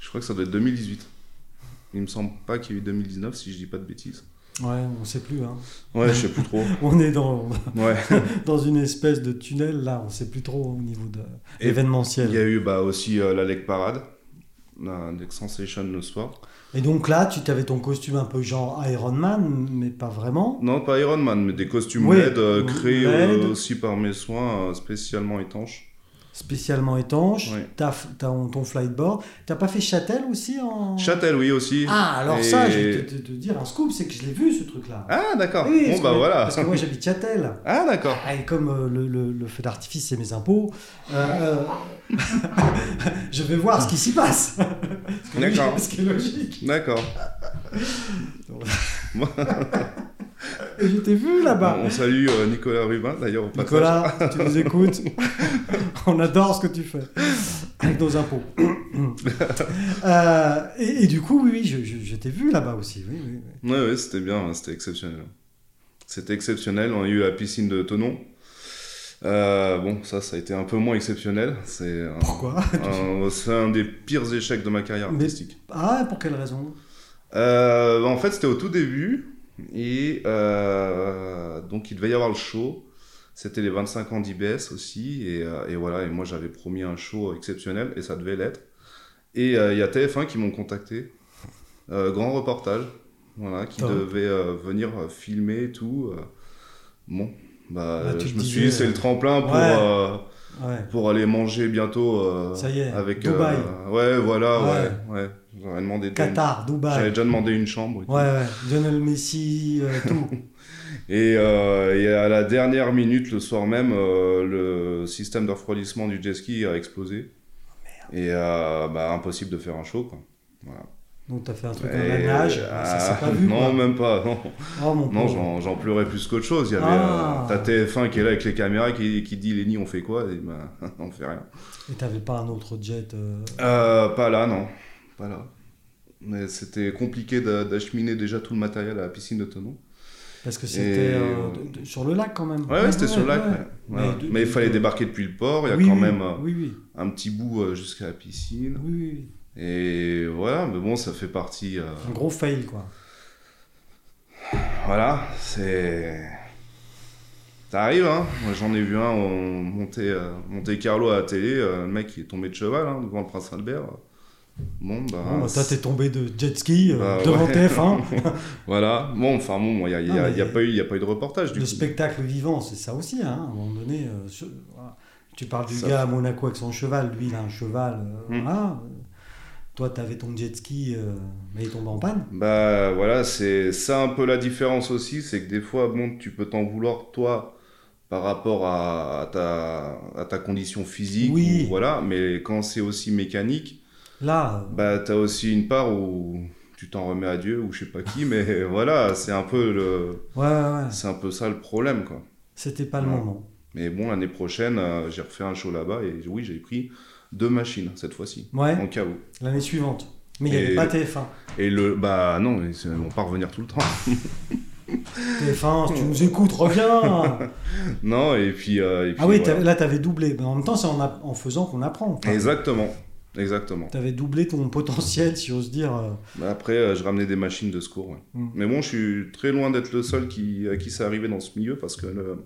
B: je crois que ça doit être 2018. Il me semble pas qu'il y ait eu 2019 si je dis pas de bêtises.
A: Ouais, on sait plus. Hein.
B: Ouais, je sais plus trop.
A: On est dans,
B: Ouais.
A: dans une espèce de tunnel là, on sait plus trop au niveau de
B: Et- Il y
A: événementiel.
B: a eu bah, aussi euh, la Leg Parade, à Dex Sensation le soir.
A: Et donc là, tu avais ton costume un peu genre Iron Man, mais pas vraiment.
B: Non, pas Iron Man, mais des costumes
A: Oui,
B: LED euh, créés euh,
A: LED.
B: aussi par mes soins, euh, spécialement étanches.
A: Spécialement étanche,
B: Oui.
A: t'as f- t'as ton ton flightboard. T'as pas fait Châtel aussi en...
B: Châtel, oui, aussi.
A: Ah, alors
B: Et-
A: ça, je vais te, te- te dire un scoop, c'est que je l'ai vu ce truc-là.
B: Ah, d'accord.
A: Oui, parce
B: bon, bah
A: que-
B: voilà.
A: Parce que moi j'habite Châtel.
B: Ah, d'accord.
A: Ah, et comme euh, le, le- le feu d'artifice c'est mes impôts, euh, euh, je vais voir ce qui s'y passe. Ce qui est logique-
B: D'accord.
A: Ce qui est logique.
B: D'accord.
A: Et je t'ai vu là-bas.
B: On salue euh, Nicolas Rubin, d'ailleurs, au passage.
A: Ah, bah. Nicolas, tu nous écoutes. On adore ce que tu fais avec nos impôts. Euh, et, et du coup, oui, oui, je, je- je t'ai vu là-bas aussi. Oui, oui, oui.
B: Ouais, ouais, c'était bien, hein, c'était exceptionnel. C'était exceptionnel, on a eu la piscine de Tonon. Euh, bon, ça, ça a été un peu moins exceptionnel. C'est un,
A: Pourquoi
B: un- c'est un des pires échecs de ma carrière
A: Mais-
B: artistique.
A: Ah, pour quelle raison
B: Euh, en fait, c'était au tout début. Et euh, donc, il devait y avoir le show. C'était les 25 ans d'IBS aussi. Et, euh, et voilà, et moi, j'avais promis un show exceptionnel, et ça devait l'être. Et euh, il y a TF1 qui m'ont contacté. Euh, grand reportage. Voilà, qui
A: Top.
B: devait euh, venir euh, filmer et tout. euh. Bon, bah,
A: Bah, tu
B: je
A: te
B: me suis
A: disais,
B: dit, c'est le tremplin pour,
A: ouais.
B: euh,
A: Ouais.
B: pour aller manger bientôt. euh,
A: Ça y est,
B: Avec,
A: Dubaï.
B: euh, ouais, voilà, ouais. ouais, J'aurais demandé des-
A: Qatar,
B: j'avais
A: Dubaï.
B: déjà demandé une chambre. et tout.
A: Ouais, ouais. Lionel Messi, euh, tout.
B: Et, euh, et à la dernière minute, le soir même, euh, le système de refroidissement du jet ski a explosé.
A: Oh,
B: Et euh, bah, impossible de faire un show. Quoi. Voilà.
A: Donc t'as fait un truc à
B: Et-
A: la nage, ça s'est
B: ah,
A: pas vu.
B: Non,
A: quoi.
B: même pas. Non,
A: Oh mon
B: Non,
A: pauvre.
B: j'en- j'en pleurais plus qu'autre chose. Il y avait
A: Ah.
B: euh, ta TF1 qui est là avec les caméras qui, qui dit Lenny, on fait quoi Et ben, on fait rien.
A: Et t'avais pas un autre jet euh,
B: Euh, pas là, non. Pas là. Mais c'était compliqué d'a- d'acheminer déjà tout le matériel à la piscine de Tonon.
A: Parce que c'était
B: Et-
A: euh, de- de- sur le lac quand même.
B: Ouais, ouais, c'était sur le lac.
A: ouais.
B: ouais. Ouais,
A: Mais
B: ouais.
A: de-
B: Mais il
A: de-
B: fallait
A: de-
B: débarquer depuis le port. Il y a
A: Oui,
B: quand
A: oui,
B: même. euh,
A: Oui, oui.
B: un petit bout euh, jusqu'à la piscine.
A: oui, oui.
B: Et voilà, mais bon, ça fait partie. euh,
A: Un gros fail, quoi.
B: Voilà, c'est. Ça arrive, hein. Moi, j'en ai vu un, on montait, euh, montait Carlo à la télé, euh, le mec qui est tombé de cheval hein, devant le prince Albert. Bon, bah.
A: Bon, bah, toi,
B: c'est-
A: t'es tombé de jet ski euh,
B: Bah,
A: devant
B: ouais.
A: TF1.
B: Voilà, bon, enfin, bon, il n'y a, y a-
A: Ah, mais-
B: y a pas eu- y a pas eu de reportage du
A: le
B: coup.
A: spectacle vivant, c'est ça aussi, hein, à un moment donné. euh, sur- voilà. Tu parles du
B: Ça-
A: gars à Monaco avec son cheval. Lui, il a un cheval. euh,
B: Hmm.
A: voilà. Toi, t'avais ton jet ski, euh, mais il tombe en panne.
B: Bah voilà, c'est ça un peu la différence aussi, c'est que des fois, bon, tu peux t'en vouloir toi par rapport à, à ta, à ta condition physique,
A: Oui.
B: ou voilà, mais quand c'est aussi mécanique,
A: Là, euh,
B: bah t'as aussi une part où tu t'en remets à Dieu ou je sais pas qui, mais voilà, c'est un peu le,
A: euh, ouais, ouais, ouais.
B: c'est un peu ça le problème quoi.
A: C'était pas le
B: Non.
A: moment.
B: Mais bon, l'année prochaine, euh, j'ai refait un show là-bas et oui, j'ai pris deux machines cette fois-ci,
A: Ouais,
B: en cas où.
A: l'année suivante. Mais il n'y avait
B: Et-
A: pas TF1.
B: Et le, bah non, mais c'est- on va pas revenir tout le temps.
A: TF1, si tu nous écoutes, reviens
B: non, et puis, euh, et puis
A: Ah oui,
B: voilà.
A: t'avais- là, t'avais doublé. Mais en même temps, c'est en, app- en faisant qu'on apprend. Enfin,
B: Exactement, exactement.
A: T'avais doublé ton potentiel, si j'ose dire. euh.
B: Bah, Après, euh, je ramenais des machines de secours. ouais.
A: Mm.
B: Mais bon, je suis très loin d'être le seul qui, à qui ça arrivé dans ce milieu parce que le,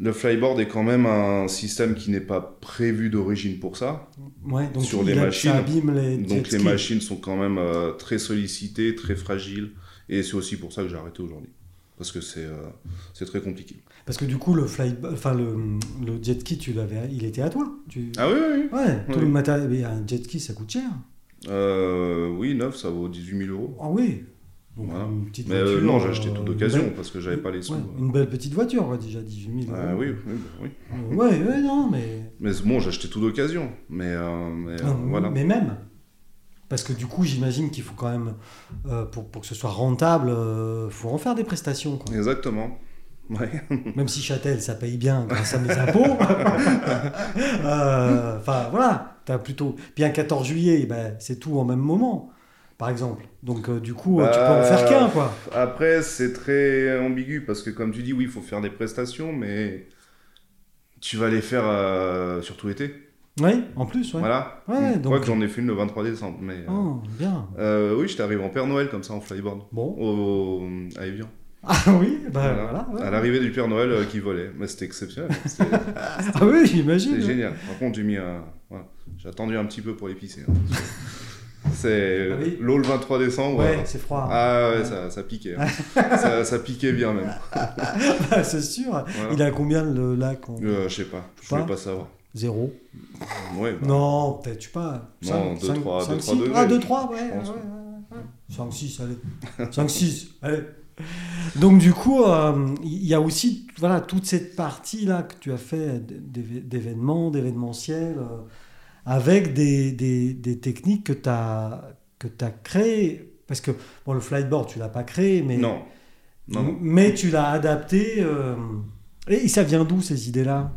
B: le flyboard est quand même un système qui n'est pas prévu d'origine pour ça.
A: Ouais, donc
B: Sur
A: il
B: les
A: a- ça
B: machines.
A: abîme les jet
B: Donc les
A: skis.
B: machines sont quand même euh, très sollicitées, très fragiles. Et c'est aussi pour ça que j'ai arrêté aujourd'hui. Parce que c'est euh, c'est très compliqué.
A: Parce que du coup, le, fly... enfin, le, le jet ski, tu l'avais... il était à toi. Tu...
B: Ah oui, oui, oui.
A: ouais, tout
B: Oui.
A: le matériel. mais un jet ski, ça coûte cher.
B: Euh, oui, neuf, ça vaut 18 000 euros.
A: Ah oui Donc,
B: Voilà.
A: une petite
B: Mais euh,
A: voiture,
B: non, j'ai acheté
A: euh,
B: tout
A: une
B: d'occasion
A: belle-
B: parce que j'avais pas les sous. euh.
A: ouais, une belle petite voiture, ouais, déjà 18 000.
B: Ah
A: euros.
B: oui, oui, bah oui.
A: Euh, ouais, ouais, non, mais.
B: Mais bon, j'achetais tout d'occasion. Mais, euh, mais, euh,
A: Non,
B: voilà.
A: Ah, Mais même. Parce que du coup, j'imagine qu'il faut quand même, euh, pour, pour que ce soit rentable, il faut en faire des prestations. Quoi.
B: Exactement. Ouais.
A: Même si Châtel, ça paye bien grâce à mes impôts. Euh, Enfin, voilà, t'as plutôt. Puis un 14 juillet, ben, c'est tout en même moment, par exemple. Donc, euh, du coup, euh, tu peux en faire
B: Bah,
A: qu'un, quoi.
B: Après, c'est très ambigu parce que, comme tu dis, oui, il faut faire des prestations, mais tu vas les faire euh, surtout été.
A: Oui, en plus, ouais.
B: Voilà.
A: Ouais,
B: Je
A: donc- euh,
B: crois que j'en ai fait une le 23 décembre. Mais, euh,
A: Oh, bien.
B: euh, oui, j'étais arrivé en Père Noël comme ça en flyboard.
A: Bon.
B: Au, à Evian.
A: Ah oui, ben voilà. ouais.
B: À l'arrivée du Père Noël euh, qui volait. Mais c'était exceptionnel. C'était
A: Ah oui, j'imagine.
B: c'était
A: ouais.
B: génial. Par contre, j'ai mis un. voilà. J'ai attendu un petit peu pour épicer. hein. C'est
A: Ah oui.
B: l'eau le 23 décembre.
A: Ouais,
B: euh,
A: c'est froid.
B: Ah ouais, ça, ça piquait. hein. ça, ça piquait bien même.
A: c'est sûr.
B: Voilà.
A: Il a combien le lac en...
B: Ah. Euh, je sais pas, je voulais
A: Pas
B: pas savoir.
A: Zéro
B: Ouais, bah,
A: Non, peut-être, je sais pas.
B: Non,
A: cinq-
B: deux,
A: cinq-
B: trois-
A: cinq,
B: deux, trois
A: six.
B: degrés,
A: Ah, 2, 3, ouais.
B: je pense,
A: ouais,
B: ouais.
A: ouais, ouais. 5, 6, allez. 5, 6, allez. Donc, du coup, euh, il y a aussi voilà, toute cette partie-là que tu as fait d- d'éve- d'événements, d'événementiel, euh, avec des, des- des techniques que tu as, créées. Parce que bon, le flightboard, tu l'as pas créé, mais,
B: non. Non, non.
A: mais tu l'as adapté. euh, et ça vient d'où ces idées-là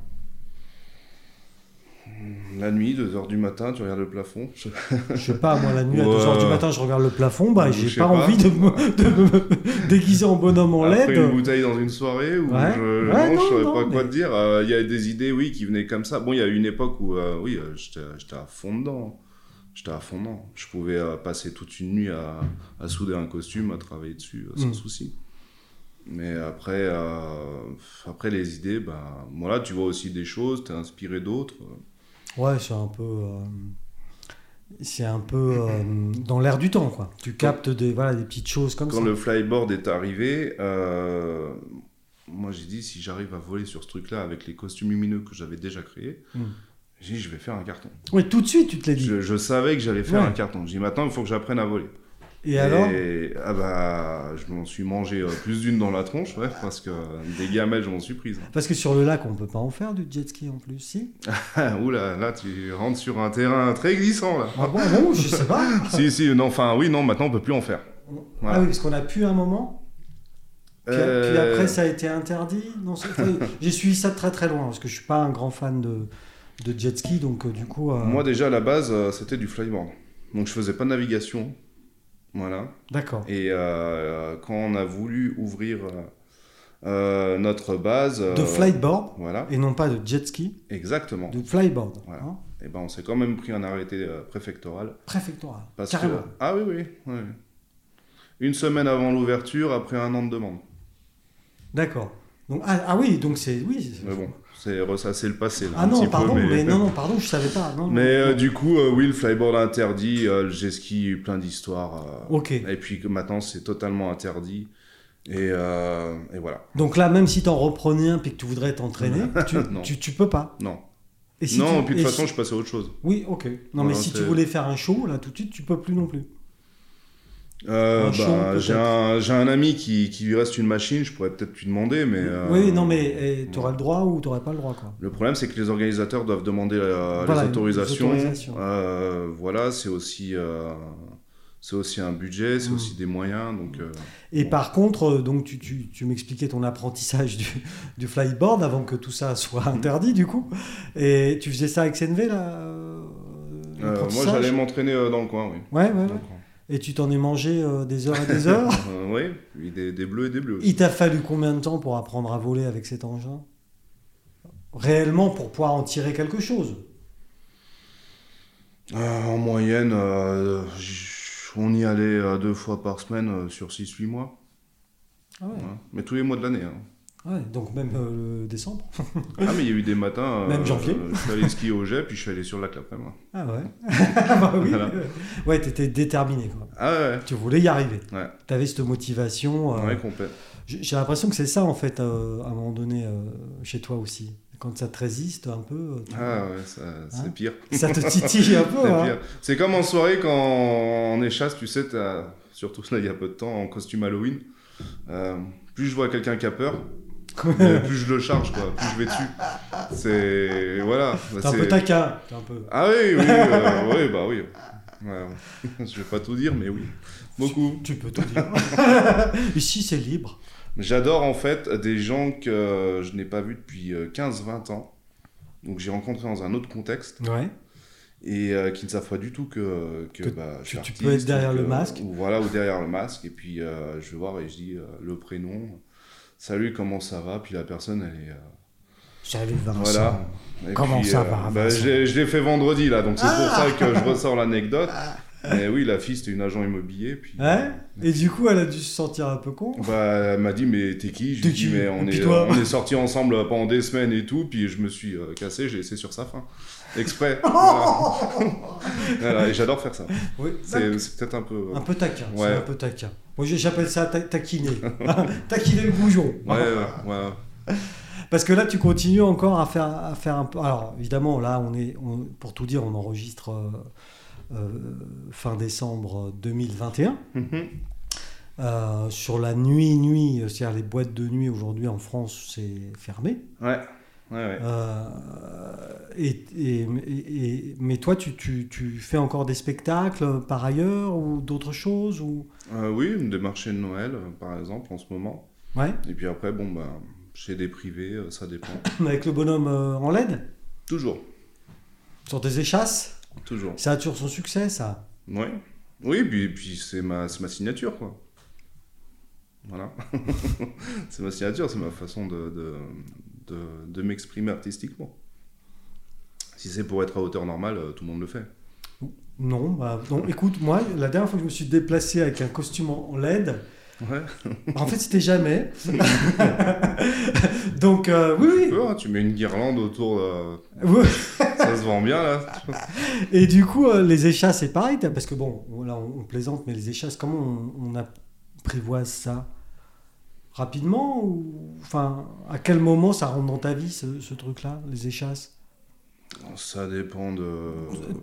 B: La nuit, 2h du matin, tu regardes le plafond. Je-
A: Je sais pas, moi, la nuit à
B: Ouais.
A: 2h du matin, je regarde le plafond, bah,
B: Je
A: j'ai
B: sais
A: pas,
B: pas.
A: envie de me, de me déguiser en bonhomme en
B: Après une
A: LED.
B: bouteille dans une soirée ou
A: Ouais.
B: je,
A: Ouais,
B: non,
A: non,
B: je saurais
A: non,
B: pas quoi
A: mais-
B: te dire. Euh, Il y a des idées, oui, qui venaient comme ça. Bon, il y a eu une époque où, euh, oui, euh, j'étais j'étais à fond dedans. J'étais à fond dedans. Je pouvais euh, passer toute une nuit à, à souder un costume, à travailler dessus, euh, sans
A: Mm.
B: souci. Mais après, euh, après les idées, ben voilà, tu vois aussi des choses, t'es inspiré d'autres.
A: Ouais, c'est un peu. euh, c'est un peu euh, dans l'air du temps, quoi. Tu captes des, voilà, des petites choses comme
B: Quand
A: ça.
B: le flyboard est arrivé, euh, moi j'ai dit si j'arrive à voler sur ce truc-là avec les costumes lumineux que j'avais déjà créés,
A: Mm.
B: j'ai dit je vais faire un carton.
A: Ouais, tout de suite, tu te l'as dit.
B: Je, je savais que j'allais faire
A: Ouais.
B: un carton. J'ai dit maintenant il faut que j'apprenne à voler.
A: Et alors
B: ah bah, je m'en suis mangé euh, plus d'une dans la tronche, ouais, parce que euh, des gamelles, je m'en suis prise.
A: Parce que sur le lac, on peut pas en faire du jet ski en plus, si
B: Oula, là tu rentres sur un terrain très glissant là.
A: Ah bon, non, je sais pas.
B: si, si, non, enfin oui, non, maintenant on peut plus en faire. Voilà.
A: Ah oui, parce qu'on a pu un moment. Puis, puis
B: Euh,
A: après, ça a été interdit. Non, c'est- enfin, j'ai suivi ça de très très loin, parce que je suis pas un grand fan de, de jet ski, donc euh, du coup. euh,
B: Moi déjà à la base, euh, c'était du flyboard. Donc je faisais pas de navigation. Voilà.
A: D'accord.
B: Et euh, quand on a voulu ouvrir euh, euh, notre base.
A: de
B: euh,
A: flightboard
B: Voilà,
A: et non pas de jet ski,
B: exactement.
A: de flyboard,
B: Voilà.
A: hein,
B: Et ben on s'est quand même pris un arrêté euh, préfectoral.
A: préfectoral,
B: Parce que...
A: carrément.
B: Ah oui, oui. oui. Une semaine avant l'ouverture, après un an de demande.
A: D'accord. Donc ah, ah oui, donc c'est oui. c'est-
B: Mais bon, c'est ressasser le passé. là,
A: ah
B: un petit
A: non,
B: peu,
A: pardon, mais...
B: mais
A: non, non, pardon, je savais pas. Non, non.
B: Mais, euh, du coup, euh, oui, le flyboard interdit, euh, le jet ski, plein d'histoires. euh,
A: Ok.
B: Et puis que maintenant, c'est totalement interdit. Et, euh, et voilà.
A: Donc là, même si t'en reprenais un puis que tu voudrais t'entraîner, tu,
B: Non.
A: tu, tu peux pas.
B: Non.
A: Et si
B: non,
A: tu-
B: puis de
A: et
B: toute façon,
A: si-
B: je passais à autre chose.
A: Oui, ok. Non, mais
B: Voilà,
A: si tu
B: c'est-
A: voulais faire un show là tout de suite, tu peux plus non plus.
B: Euh,
A: Un
B: bah,
A: champ, peut-être.
B: j'ai un, j'ai un ami qui, qui lui reste une machine, je pourrais peut-être lui demander, mais. euh,
A: Oui, non, mais tu aurais le droit ou t'aurais pas le droit quoi.
B: Le problème, c'est que les organisateurs doivent demander euh,
A: Voilà,
B: les autorisations.
A: les autorisations.
B: Euh, voilà, c'est aussi, euh, c'est aussi un budget, c'est
A: Mm.
B: aussi des moyens, donc. euh,
A: Et par contre, euh, donc tu, tu- tu m'expliquais ton apprentissage du, du flyboard avant que tout ça soit
B: Mhm.
A: interdit du coup. Et tu faisais ça avec CNV là euh,
B: euh, moi,
A: l'apprentissage
B: j'allais m'entraîner euh, dans le coin, oui.
A: Ouais, ouais,
B: Dans le
A: ouais.
B: coin.
A: Et tu t'en es mangé euh, des heures et des heures.
B: Euh, oui, oui, des, des bleus et des bleus. aussi.
A: Il t'a fallu combien de temps pour apprendre à voler avec cet engin Réellement pour pouvoir en tirer quelque chose.
B: Euh, en moyenne, euh, j- on y allait euh, deux fois par semaine euh, sur 6-8 mois,
A: Ah ouais.
B: Voilà. mais tous les mois de l'année. hein.
A: Ouais, donc même euh, le décembre.
B: Ah, mais il y a eu des matins. euh,
A: Même janvier.
B: je suis allé skier au jet, puis je suis allé sur la clap, moi.
A: Ah ouais. bah oui.
B: Voilà.
A: Ouais, t'étais déterminé quoi.
B: Ah ouais,
A: Tu voulais y arriver.
B: Ouais.
A: T'avais cette motivation. euh,
B: ouais, complet.
A: J'ai j'ai l'impression que c'est ça, en fait, euh, à un moment donné, euh, chez toi aussi. Quand ça te résiste un peu, euh, tu-
B: Ah ouais, ça- c'est
A: Hein
B: pire.
A: ça te titille un peu.
B: C'est
A: hein.
B: pire. C'est comme en soirée quand on est chasse, tu sais, t'as- surtout là il y a peu de temps, en costume Halloween. Euh, plus je vois quelqu'un qui a peur, mais plus je le charge, quoi, plus je vais dessus. C'est. Voilà. Bah,
A: T'es un
B: c'est-
A: peu taquin. t'es un peu...
B: Ah oui, oui, euh, oui, bah oui. Ouais, ouais. je vais pas tout dire, mais oui. Beaucoup.
A: Tu peux tout dire. Ici, c'est libre.
B: J'adore en fait des gens que euh, je n'ai pas vus depuis euh, 15-20 ans, donc j'ai rencontré dans un autre contexte,
A: Ouais.
B: et euh, qui ne savent pas du tout que, que,
A: Que
B: bah, je suis
A: tu
B: artiste,
A: peux être derrière
B: ou que-
A: le masque.
B: Ou, voilà, ou derrière le masque, et puis euh, je vais voir et je dis euh, le prénom, salut, comment ça va, puis la personne elle est. euh,
A: Salut Vincent.
B: voilà. Et
A: Comment
B: puis,
A: ça va,
B: bah,
A: Vincent
B: je l'ai- je l'ai fait vendredi là, donc c'est
A: Ah
B: pour ça que je ressors l'anecdote. Mais oui, la fille c'était une agent immobilier, puis. euh,
A: Ouais. Et du coup, elle a dû se sentir un peu con.
B: bah, elle m'a dit, mais t'es qui Je lui
A: T'es
B: ai dit,
A: qui
B: mais on
A: Et puis
B: est,
A: toi
B: on est sortis ensemble pendant des semaines et tout, puis je me suis euh, cassé, j'ai euh, laissé sur sa fin. Exprès. Voilà. Voilà, et j'adore faire ça.
A: Oui.
B: C'est c'est peut-être un peu. euh,
A: Un peu taquin, c'est
B: Ouais.
A: un peu taquin. Moi je- j'appelle ça ta- taquiner. taquiner le bougeon.
B: Ouais, ouais, ouais.
A: Parce que là, tu continues encore à faire, à faire un peu. Alors, évidemment, là, on est, on- pour tout dire, on enregistre euh, euh, fin décembre 2021.
B: Mhm.
A: Euh, sur la nuit, nuit, euh, c'est-à-dire les boîtes de nuit aujourd'hui en France, c'est fermé.
B: Ouais, ouais, ouais.
A: Euh, et, et- et- et- mais toi, tu, tu- tu fais encore des spectacles par ailleurs ou d'autres choses ou...
B: Euh, oui, des marchés de Noël, euh, par exemple, en ce moment.
A: Ouais,
B: Et puis après, bon, bah, chez des privés, euh, ça dépend.
A: avec le bonhomme euh, en LED,
B: toujours,
A: sur des échasses.
B: toujours.
A: Ça a toujours son succès, ça.
B: Oui, oui, puis, puis c'est ma, c'est ma signature, quoi. Voilà. c'est ma signature, c'est ma façon de, de, de- de m'exprimer artistiquement. Si c'est pour être à hauteur normale, euh, tout le monde le fait.
A: Non, bah, non, écoute, moi, la dernière fois que je me suis déplacé avec un costume en en LED, bah,
B: Ouais.
A: en fait, c'était jamais. Donc, euh, oui,
B: Tu vois, tu mets une guirlande autour, euh,
A: oui.
B: ça se vend bien, là.
A: Et du coup, euh, les échasses, c'est pareil, t'as- parce que bon, là, on, on plaisante, mais les échasses, comment on, on apprivoise ça Rapidement ou enfin, à quel moment ça rentre dans ta vie ce, ce truc-là, les échasses
B: Ça dépend de...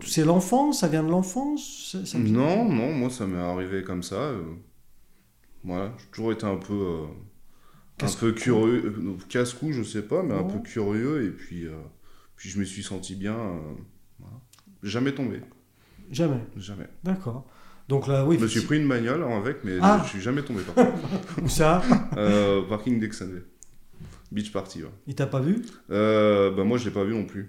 A: C'est l'enfance, ça vient de l'enfance ça- ça-
B: Non, non, moi ça m'est arrivé comme ça. euh. Voilà, j'ai toujours été un peu, euh, un
A: Casse-cou.
B: peu curieux, euh, casse-cou, je sais pas, mais un
A: Ouais.
B: peu curieux. Et puis, euh, puis je me suis senti bien. euh, voilà. Jamais tombé,
A: Jamais,
B: jamais.
A: d'accord. Donc là, oui.
B: Je me suis pris une bagnole hein, avec, mais
A: Ah.
B: je suis jamais tombé. Par contre.
A: Où ça
B: Euh, parking d'Exxonville. Beach party. Ouais.
A: Il t'a pas vu
B: Euh, bah moi je l'ai pas vu non plus.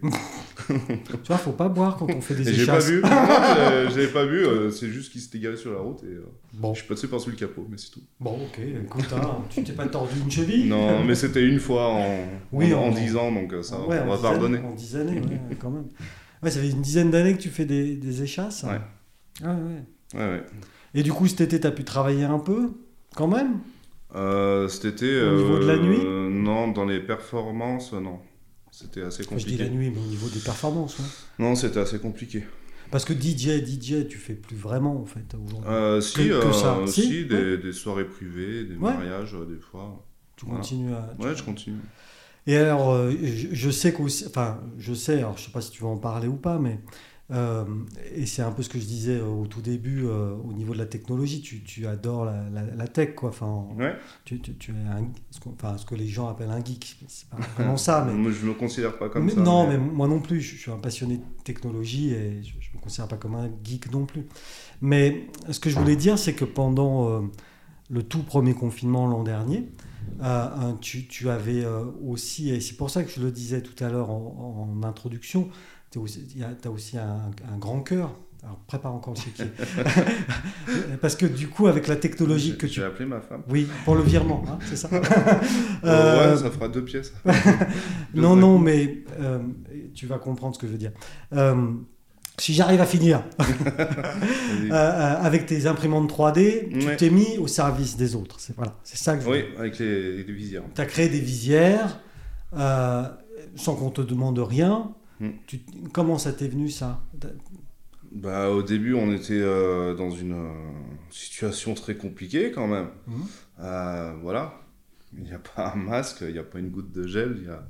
A: Tu vois, faut pas boire quand on fait des
B: Et J'ai pas
A: échasses.
B: vu. Non, non, je- je l'ai pas vu. euh, c'est juste qu'il s'était garé sur la route et euh,
A: Bon,
B: je suis passé par-dessus le capot, mais c'est tout.
A: bon, ok, écoute, hein, tu t'es pas tordu une cheville
B: Non, mais c'était une fois en,
A: Oui,
B: en,
A: en-
B: 10 ans, donc euh, ça,
A: Ouais,
B: on va
A: en dix
B: pardonner.
A: années- En 10 années, ouais, quand même. Ouais, ça fait une dizaine d'années que tu fais des, des échasses. hein. Ah, ouais.
B: Ouais, ouais.
A: Et du coup, cet été, t'as pu travailler un peu, quand même
B: Euh, cet été. euh,
A: Au niveau de la nuit
B: Non, dans les performances, euh, non. C'était assez
A: Enfin, Je dis la
B: compliqué.
A: nuit, mais au niveau des performances. ouais.
B: Non, c'était assez compliqué.
A: Parce que DJ, DJ, tu fais plus vraiment, en fait, aujourd'hui.
B: Euh, si,
A: que
B: euh,
A: ça.
B: si,
A: Si,
B: des,
A: ouais.
B: des soirées privées, des
A: Ouais.
B: mariages, euh, des fois.
A: tu
B: voilà.
A: continues à... tu-
B: Ouais, je continue.
A: Et alors, euh, je, je sais qu'aussi... Enfin, je sais, alors je sais pas si tu vas en parler ou pas, mais... euh, et c'est un peu ce que je disais euh, au tout début, euh, au niveau de la technologie, tu, tu adores la, la- la tech, quoi. Enfin, en-
B: Ouais.
A: tu, tu- tu es un, ce, qu'on- enfin, ce que les gens appellent un geek. C'est pas vraiment ça, Ah, mais...
B: Moi, je me considère pas comme
A: Mais-
B: ça.
A: Non, mais... moi non plus. Je, je suis un passionné de technologie et je ne me considère pas comme un geek non plus. Mais ce que je voulais dire, c'est que pendant euh, le tout premier confinement l'an dernier, euh, hein, tu, tu avais euh, aussi, et c'est pour ça que je le disais tout à l'heure en, en introduction, tu as aussi, il y a- t'as aussi un, un grand cœur. Alors prépare encore le chéquier. Parce que du coup, avec la technologie
B: J'ai-
A: que tu...
B: J'ai appelé ma femme.
A: Oui, pour le virement, hein, c'est ça
B: Euh,
A: Euh,
B: ouais, ça fera deux pièces. Deux
A: non,
B: d'un
A: non,
B: coup.
A: mais euh, tu vas comprendre ce que je veux dire. Euh, si j'arrive à finir
B: Vas-y.
A: euh, euh, avec tes imprimantes 3D, tu
B: Ouais.
A: t'es mis au service des autres. C'est voilà, c'est ça que je veux
B: Oui,
A: dire.
B: avec les, les visières.
A: Tu as créé des visières euh, sans qu'on te demande rien.
B: Mm.
A: Tu- comment ça t'est venu ça T'as-
B: Bah, au début, on était euh, dans une euh, situation très compliquée quand même.
A: Mhm.
B: Euh, voilà. Il n'y a pas un masque, il n'y a pas une goutte de gel, il n'y a,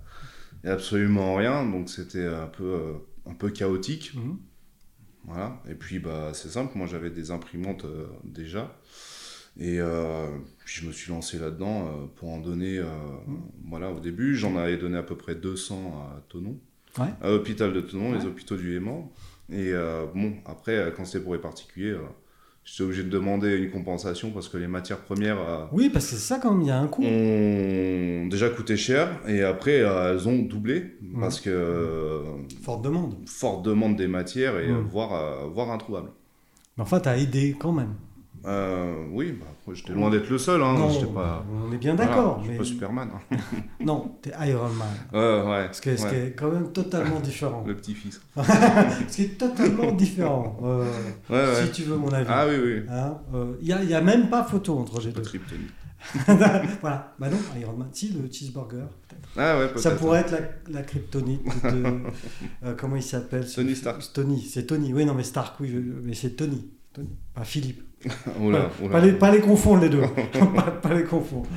B: il y a absolument rien. Donc c'était un peu, euh, un peu chaotique.
A: Mhm.
B: Voilà. Et puis, bah, c'est simple, moi j'avais des imprimantes euh, déjà. Et euh, puis je me suis lancé là-dedans euh, pour en donner. euh,
A: Mmh.
B: Voilà, au début, j'en avais donné à peu près 200 à Tonon,
A: Ouais.
B: à l'hôpital de Tonon,
A: Ouais.
B: les hôpitaux du Léman. Et euh, bon, après, euh, quand c'était pour les particuliers, euh, j'étais obligé de demander une compensation parce que les matières premières. euh,
A: Oui, parce que c'est ça quand même, il y a un
B: Mm.
A: coup.
B: ont déjà coûté cher et après euh, elles ont doublé
A: Mhm.
B: parce que euh,
A: Forte demande.
B: forte demande des matières et
A: Mhm.
B: euh, voire, euh, voire introuvable.
A: Mais enfin, t'as aidé quand même.
B: Euh, oui, bah, après, j'étais loin d'être le seul, hein,
A: Non,
B: j'étais pas.
A: on est bien
B: voilà,
A: d'accord.
B: je suis
A: mais...
B: pas Superman. hein.
A: Non, t'es Iron Man.
B: Ouais, ouais,
A: Ce qui est- ce qui
B: ouais,
A: est quand même totalement différent.
B: Le petit-fils.
A: Ce qui est totalement différent, euh,
B: Ouais, ouais.
A: si tu veux mon avis.
B: Ah oui, oui.
A: Hein, euh, Il n'y a, il y a même pas photo entre les
B: Pas
A: deux.
B: de kryptonite.
A: voilà. Bah non, Iron Man. Si, le cheeseburger. peut-être.
B: Ah ouais, peut-être.
A: Ça pourrait être la, la kryptonite de. euh, comment il s'appelle ce-
B: Tony Stark.
A: Tony, c'est Tony. Oui, non, mais Stark, oui, je- mais c'est Tony. Tony. Pas Philippe.
B: Oh là,
A: Voilà.
B: oh là.
A: Pas, les, pas les confondre les deux. pas, pas les confondre.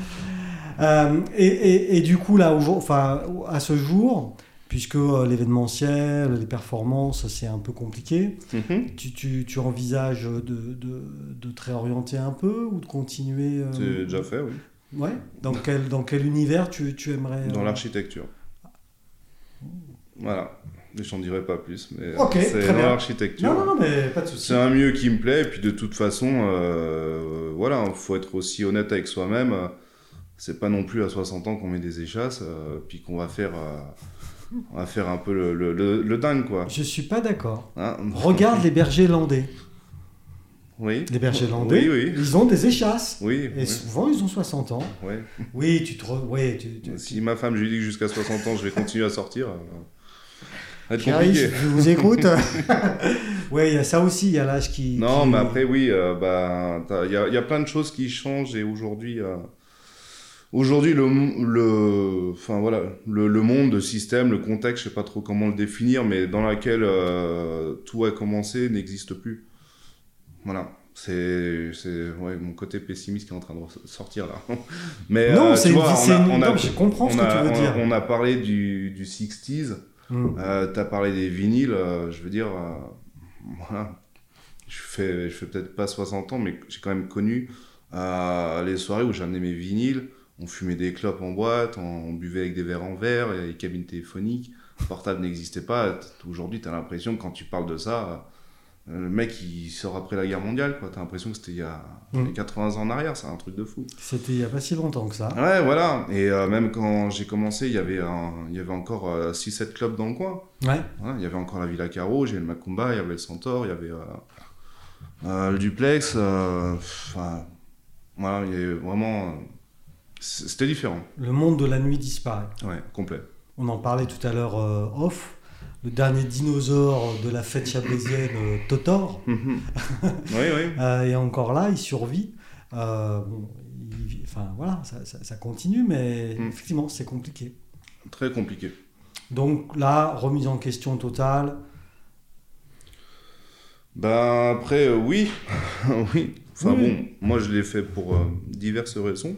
A: Euh, et, et- et du coup, là, au jour- enfin, à ce jour, puisque euh, l'événementiel, les performances, c'est un peu compliqué,
B: Mhm.
A: tu, tu- tu envisages de, de, de te réorienter un peu ou de continuer euh,
B: C'est déjà fait, oui.
A: Ouais. Dans quel, dans quel univers tu, tu aimerais euh, ah.
B: Dans l'architecture. Voilà. Je t'en dirai pas plus, mais
A: Ok, très
B: c'est dans
A: bien.
B: l'architecture.
A: Non, non, non, mais pas de souci.
B: C'est un milieu qui me plaît, et puis de toute façon, euh, voilà, faut être aussi honnête avec soi-même. Euh, C'est pas non plus à 60 ans qu'on met des échasses, euh, puis qu'on va faire, euh, on va faire un peu le, le- le- le dingue, quoi.
A: Je suis pas d'accord.
B: Hein
A: Regarde les bergers landais.
B: Oui.
A: Les bergers landais,
B: Oui, oui.
A: ils ont des échasses.
B: Oui.
A: Et souvent, ils ont 60 ans.
B: oui, ouais.
A: Oui, tu te. re- Ouais, tu, tu-
B: Si ma femme, je lui dis que jusqu'à 60 ans, je vais continuer à sortir, euh, ça va être
A: Pierre-Yves,
B: compliqué.
A: je vous écoute. ouais, il y a ça aussi, il y a l'âge qui.
B: Non,
A: qui-
B: mais après, oui, euh, bah, t'as- il y, a- il y a plein de choses qui changent et aujourd'hui, euh, aujourd'hui le, mo- le, enfin voilà, le, le monde, le système, le contexte, je sais pas trop comment le définir, mais dans laquelle euh, tout a commencé n'existe plus. Voilà. C'est c'est- ouais, mon côté pessimiste qui est en train de re- sortir là. Mais
A: Non,
B: euh,
A: c'est
B: tu
A: une-
B: vois,
A: c'est
B: on a-
A: une-
B: on a-
A: non, je comprends ce
B: on
A: que
B: a-
A: tu veux
B: on a-
A: dire.
B: On a parlé du, du 60s.
A: Hmm.
B: Euh, T'as parlé des vinyles, euh, je veux dire, euh, moi, je fais, je fais peut-être pas 60 ans, mais j'ai quand même connu euh, les soirées où j'amenais mes vinyles, on fumait des clopes en boîte, on, on buvait avec des verres en verre, il y avait des cabines téléphoniques, le portable n'existait pas. T- Aujourd'hui, t'as l'impression, que quand tu parles de ça, euh, le mec, il sort après la guerre mondiale, quoi. T'as l'impression que c'était il y a
A: Mm.
B: il y a 80 ans en arrière, c'est un truc de fou.
A: C'était il n'y a pas si longtemps que ça.
B: Ouais, voilà. Et euh, même quand j'ai commencé, il y avait, un- il y avait encore euh, 6-7 clubs dans le coin.
A: Ouais.
B: Hein, il y avait encore la Villa Caro, il y avait le Macumba, il y avait le Centaure, il y avait euh, euh, le Duplex. euh, enfin, voilà, il y avait vraiment. euh, c- C'était différent,
A: Le monde de la nuit disparaît.
B: ouais, complet.
A: On en parlait tout à l'heure euh, off. Le dernier dinosaure de la fête chablaisienne, euh, Totor,
B: Mhm. oui, oui.
A: euh, est encore là, il survit. Euh, bon, il- enfin voilà, ça, ça- ça continue, mais
B: Mm.
A: effectivement, c'est compliqué.
B: Très compliqué.
A: Donc là, remise en question totale.
B: Ben après, euh, oui. oui. Enfin
A: Oui.
B: bon, moi je l'ai fait pour euh, diverses raisons.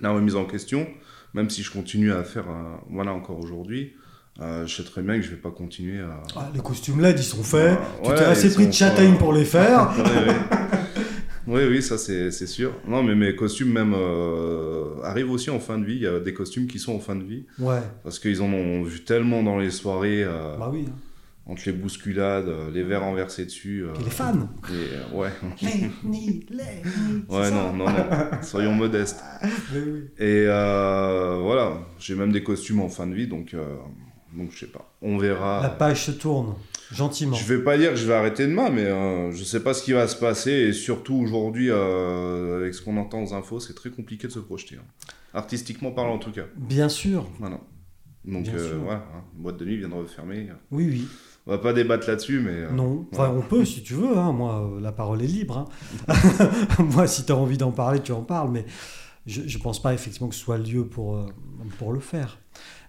B: La remise en question, même si je continue à faire, euh, voilà, encore aujourd'hui, euh, je sais très bien que je vais pas continuer à.
A: Ah, les costumes LED, ils sont faits.
B: Ah,
A: tu
B: ouais, euh,
A: t'es assez
B: ils
A: pris
B: sont
A: de châtaigne
B: faits.
A: pour les faire.
B: oui, oui. Oui, oui, ça c'est c'est sûr. Non, mais mes costumes même euh, arrivent aussi en fin de vie. Il y a des costumes qui sont en fin de vie
A: Ouais,
B: parce qu'ils en ont vu tellement dans les soirées, euh,
A: bah oui. hein.
B: entre les bousculades, euh, les verres renversés dessus. euh,
A: Puis les fans.
B: et, euh, ouais,
A: Les, ni, les, ni, c'est
B: ouais,
A: ça.
B: non, non, non. Soyons modestes.
A: Mais oui.
B: Et euh, voilà, j'ai même des costumes en fin de vie, donc euh, donc je sais pas. On verra.
A: La page se tourne, gentiment.
B: Ah. Je vais pas dire que je vais arrêter demain, mais euh, je sais pas ce qui va se passer. Et surtout aujourd'hui, euh, avec ce qu'on entend aux infos, c'est très compliqué de se projeter. hein. Artistiquement parlant, en tout cas.
A: Bien sûr,
B: Voilà. Donc
A: Bien
B: euh,
A: sûr.
B: voilà, hein. Une boîte de nuit vient de refermer.
A: oui, oui.
B: On va pas débattre là-dessus, mais euh,
A: Non, enfin, on peut si tu veux, hein. moi euh, la parole est libre. hein. moi si tu as envie d'en parler, tu en parles, mais je ne pense pas effectivement que ce soit le lieu pour, euh, pour le faire.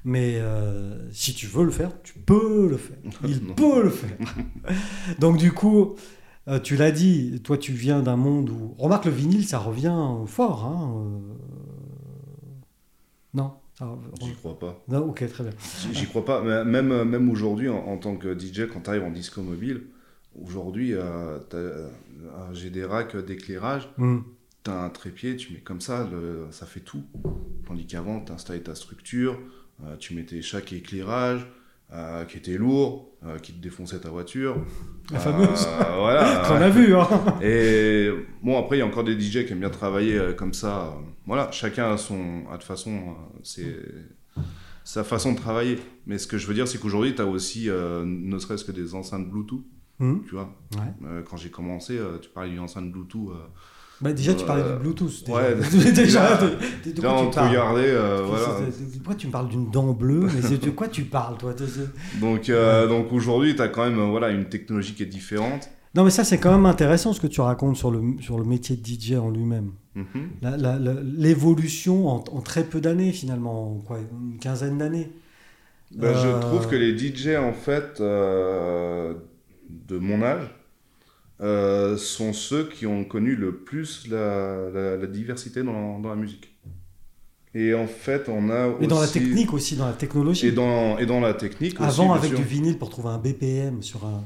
A: Mais euh, si tu veux le faire, tu peux le faire. Il
B: Non.
A: peut le faire. Donc du coup, euh, tu l'as dit, toi tu viens d'un monde où... Remarque, le vinyle, ça revient euh, fort. hein, euh, Non, ça
B: j'y crois pas.
A: non, ok, très bien.
B: J'y- J'y crois pas. Mais Même euh, même aujourd'hui, en, en tant que DJ, quand t'arrives en disco mobile, aujourd'hui, euh, t'as- euh, j'ai des racks d'éclairage.
A: Hmm.
B: T'as un trépied, tu mets comme ça, le- ça fait tout. Tandis qu'avant, t'installais ta structure, euh, tu mettais chaque éclairage euh, qui était lourd, euh, qui te défonçait ta voiture.
A: La
B: Euh,
A: fameuse. Qu'on
B: voilà.
A: a vu, hein.
B: Et bon, après, il y a encore des DJ qui aiment bien travailler euh, comme ça. euh, Voilà, chacun a, son, a de façon, euh, c'est sa façon de travailler. Mais ce que je veux dire, c'est qu'aujourd'hui, t'as aussi, euh, ne serait-ce que des enceintes Bluetooth,
A: Hmm.
B: tu vois.
A: Ouais.
B: Euh, quand j'ai commencé, euh, tu parlais d'une enceinte Bluetooth. euh,
A: Bah, déjà, tu parlais du Bluetooth.
B: ouais,
A: déjà, déjà, de- de- de
B: Là,
A: quoi
B: on
A: tu
B: te
A: parles
B: regardait, euh,
A: C'est-
B: voilà.
A: c'est- c'est- Pourquoi tu me parles d'une dent bleue Mais c'est de quoi tu parles, toi t'es- c'est-
B: Donc, euh, donc aujourd'hui, tu as quand même euh, voilà, une technologie qui est différente.
A: Non, mais ça, c'est quand même intéressant ce que tu racontes sur le, sur le métier de DJ en lui-même.
B: Mhm.
A: La- la- la- L'évolution en, en très peu d'années, finalement, en quoi, une quinzaine d'années.
B: Ben,
A: Euh,
B: Je trouve que les DJ, en fait, euh, de mon âge, euh, sont ceux qui ont connu le plus la, la- la diversité dans la, dans la musique. Et en fait, on a
A: Et dans la
B: aussi-
A: technique aussi, dans la technologie.
B: Et dans, et dans la technique aussi,
A: Avant,
B: bien
A: avec
B: sûr.
A: du vinyle, pour trouver un BPM sur un,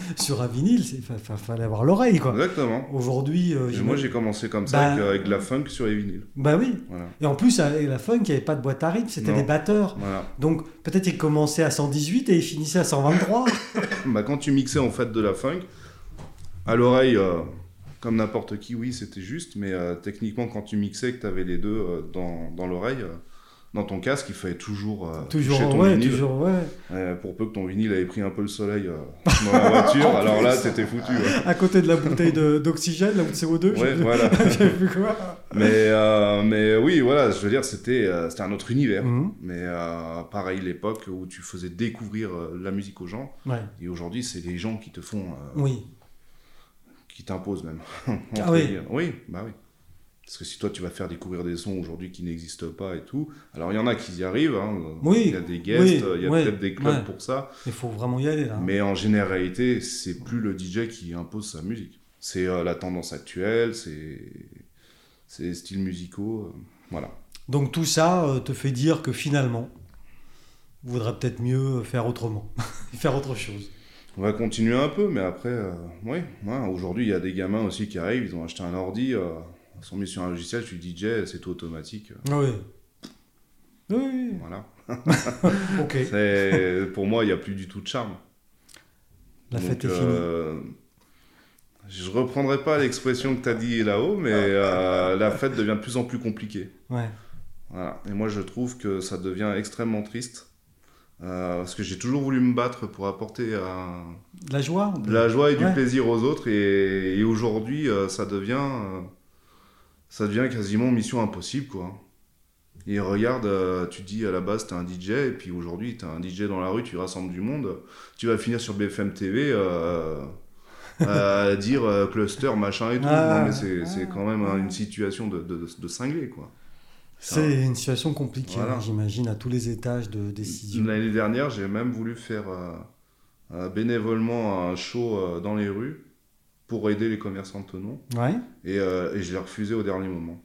A: sur un vinyle, il fallait avoir l'oreille, quoi.
B: Exactement.
A: Aujourd'hui, euh,
B: Et
A: j'imagine-
B: moi, j'ai commencé comme ça,
A: Bah-
B: avec, avec de la funk sur les vinyles.
A: bah oui.
B: Voilà.
A: Et en plus, avec la funk, il n'y avait pas de boîte à rythme, c'était
B: Non.
A: des batteurs.
B: voilà.
A: Donc peut-être il commençait à 118 et il finissait à 123.
B: Bah, quand tu mixais en fait de la funk, à l'oreille, euh, comme n'importe qui, oui, c'était juste, mais euh, techniquement, quand tu mixais et que tu avais les deux euh, dans, dans l'oreille, euh, dans ton casque, il fallait toujours, euh,
A: toujours,
B: toucher ton
A: ouais,
B: vinyle.
A: toujours, ouais.
B: Euh, pour peu que ton vinyle avait pris un peu le soleil euh, dans la voiture,
A: En
B: alors là,
A: plus.
B: t'étais foutu. ouais.
A: À côté de la bouteille de- d'oxygène, là, ou de CO2,
B: Ouais,
A: je
B: voilà.
A: je sais plus quoi.
B: Mais, euh, mais oui, voilà, je veux dire, c'était euh, c'était un autre univers.
A: Mhm,
B: Mais euh, pareil, l'époque où tu faisais découvrir euh, la musique aux gens,
A: ouais,
B: et aujourd'hui, c'est les gens qui te font euh,
A: Oui.
B: qui t'impose même.
A: Ah oui.
B: Oui, bah oui. Parce que si toi tu vas faire découvrir des sons aujourd'hui qui n'existent pas et tout, alors il y en a qui y arrivent, hein.
A: Oui,
B: il y a des guests,
A: oui,
B: il y a
A: ouais,
B: peut-être des clubs
A: ouais. Ah.
B: pour ça,
A: Il faut vraiment y aller là.
B: mais en généralité c'est plus le DJ qui impose sa musique. C'est euh, la tendance actuelle, c'est c'est les styles musicaux, euh, voilà.
A: Donc tout ça euh, te fait dire que finalement, il vaudrait peut-être mieux faire autrement, faire autre chose.
B: On va continuer un peu, mais après, euh, oui, ouais, aujourd'hui il y a des gamins aussi qui arrivent, ils ont acheté un ordi, euh, ils sont mis sur un logiciel, je suis DJ, c'est tout automatique, euh,
A: Ah Oui. Oui,
B: voilà.
A: oui, ok.
B: C'est- pour moi, il n'y a plus du tout de charme.
A: La
B: Donc,
A: fête est finie.
B: euh, Je reprendrai pas l'expression que tu as dit là-haut, mais euh, la fête devient de plus en plus compliquée.
A: Ouais.
B: Voilà. Et moi, je trouve que ça devient extrêmement triste. euh, parce que j'ai toujours voulu me battre pour apporter un-
A: De la joie
B: de la joie et du
A: Ouais.
B: plaisir aux autres. Et, et aujourd'hui, euh, ça devient, euh, ça devient quasiment mission impossible, quoi. Et regarde, euh, tu te dis à la base t'es un DJ, et puis aujourd'hui t'es un DJ dans la rue, tu rassembles du monde, tu vas finir sur BFM TV euh, à dire euh, cluster machin et tout.
A: Ah,
B: non mais c'est
A: ah,
B: c'est quand même
A: ah.
B: hein, une situation de, de, de cinglé quoi.
A: C'est une situation compliquée,
B: Voilà.
A: hein, j'imagine, à tous les étages de décision.
B: L'année dernière, j'ai même voulu faire euh, euh, bénévolement un show euh, dans les rues pour aider les commerçants de Tenon.
A: Ouais.
B: et, euh, et je l'ai refusé au dernier moment.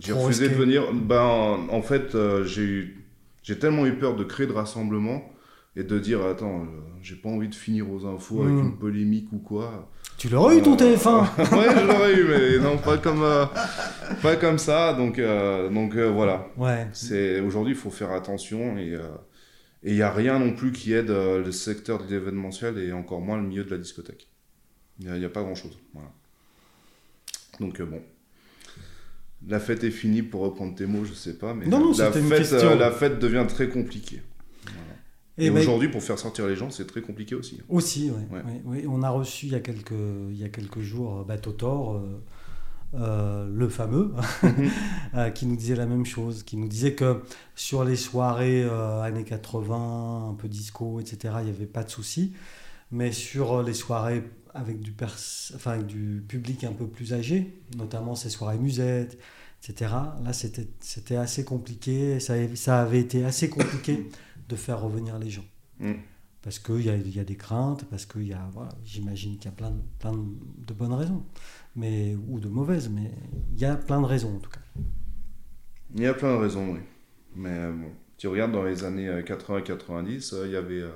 B: J'ai
A: Trop
B: refusé
A: risqué.
B: de venir. Ben, en- en fait, euh, j'ai eu- j'ai tellement eu peur de créer de rassemblement et de dire attends, euh, j'ai pas envie de finir aux infos
A: Mm.
B: avec une polémique ou quoi.
A: Tu l'aurais eu ton
B: Euh,
A: téléphone
B: ouais, je l'aurais eu, mais non, pas comme euh, pas comme ça. Donc euh, donc euh, voilà.
A: Ouais.
B: C'est aujourd'hui, il faut faire attention et euh, et il n'y a rien non plus qui aide euh, le secteur de l'événementiel et encore moins le milieu de la discothèque. Il n'y a, pas grand-chose. Voilà. Donc euh, bon. La fête est finie pour reprendre tes mots, je sais pas, mais
A: Non, non,
B: la, fête,
A: c'était une question.
B: euh, la fête devient très compliquée. Et,
A: Eh ben,
B: aujourd'hui, pour faire sortir les gens, c'est très compliqué aussi. hein.
A: Aussi, ouais,
B: Ouais.
A: ouais, ouais. On a reçu il y a quelques, il y a quelques jours euh, Bateau Thor, euh, euh, le fameux, euh, qui nous disait la même chose, qui nous disait que sur les soirées euh, années 80, un peu disco, etc., il n'y avait pas de souci. Mais sur euh, les soirées avec du, pers- enfin, avec du public un peu plus âgé, notamment ces soirées musettes, etc., là c'était c'était assez compliqué, ça, avait- ça avait été assez compliqué de faire revenir les gens parce qu'il y a, il y a des craintes, parce qu'il y a, voilà, j'imagine qu'il y a plein, de- plein de- de bonnes raisons, mais, ou de mauvaises, mais il y a plein de raisons en tout cas.
B: Il y a plein de raisons, oui. Mais euh, bon, tu regardes dans les années 80-90, il y avait, euh,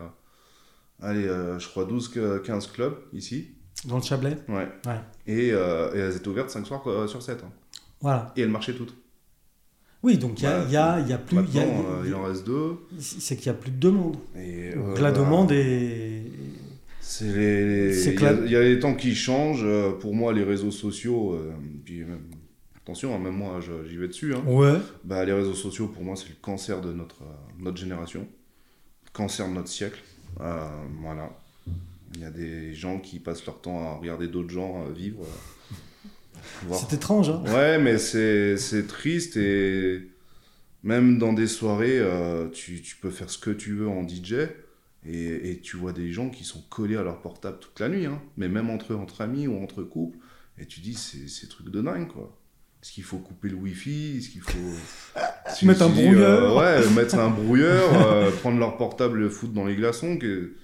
B: allez, euh, je crois 12-15 clubs ici.
A: Dans le Chablais,
B: Ouais.
A: Ouais.
B: Et, euh, et elles étaient ouvertes 5 soirs euh, sur 7.
A: voilà.
B: Et elles marchaient toutes.
A: Oui, donc il y a,
B: Voilà,
A: il y a- il y a plus, il y a-
B: Maintenant, euh, il en reste deux.
A: c'est qu'il y a plus de demande.
B: Et,
A: Donc
B: euh,
A: la
B: bah,
A: demande est,
B: C'est les. les-
A: C'est
B: il y a-
A: clair.
B: Il y, a les temps qui changent. euh, Pour moi, les réseaux sociaux. euh, puis même- attention, hein, même moi, je- j'y vais dessus. hein.
A: ouais,
B: Bah, les réseaux sociaux, pour moi, c'est le cancer de notre, euh, notre génération. Cancer de notre siècle. Euh, voilà. Il y a des gens qui passent leur temps à regarder d'autres gens euh, vivre. euh. Voir.
A: C'est étrange, hein
B: Ouais, mais c'est c'est triste et même dans des soirées, euh, tu, tu peux faire ce que tu veux en DJ et, et tu vois des gens qui sont collés à leur portable toute la nuit, hein. mais même entre, entre amis ou entre couples, et tu dis c'est c'est truc de dingue quoi. Est-ce qu'il faut couper le wifi Est-ce qu'il faut. Tu-
A: Mettre
B: tu
A: un
B: dis, euh,
A: brouilleur.
B: ouais, mettre un brouilleur, euh, prendre leur portable, le foutre dans les glaçons. Que...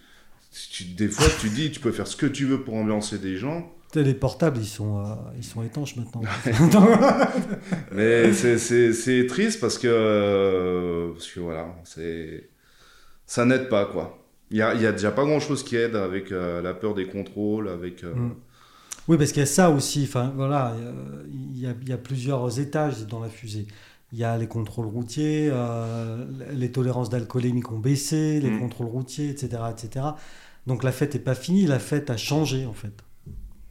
B: tu- des fois, tu dis, tu peux faire ce que tu veux pour ambiancer des gens.
A: Putain, Les portables, ils sont, euh, ils sont étanches maintenant.
B: Mais c'est- c'est c'est triste parce que, euh, parce que voilà, c'est ça n'aide pas quoi. Il y a, il y a déjà pas grand chose qui aide avec euh, la peur des contrôles, avec euh,
A: Mm. Oui, parce qu'il y a ça aussi. Enfin, voilà, euh, il y, a, il y a plusieurs étages dans la fusée. Il y a les contrôles routiers, euh, les tolérances d'alcoolémie ont baissé, les
B: Mm.
A: contrôles routiers, etc., etc. Donc la fête n'est pas finie, la fête a changé en fait.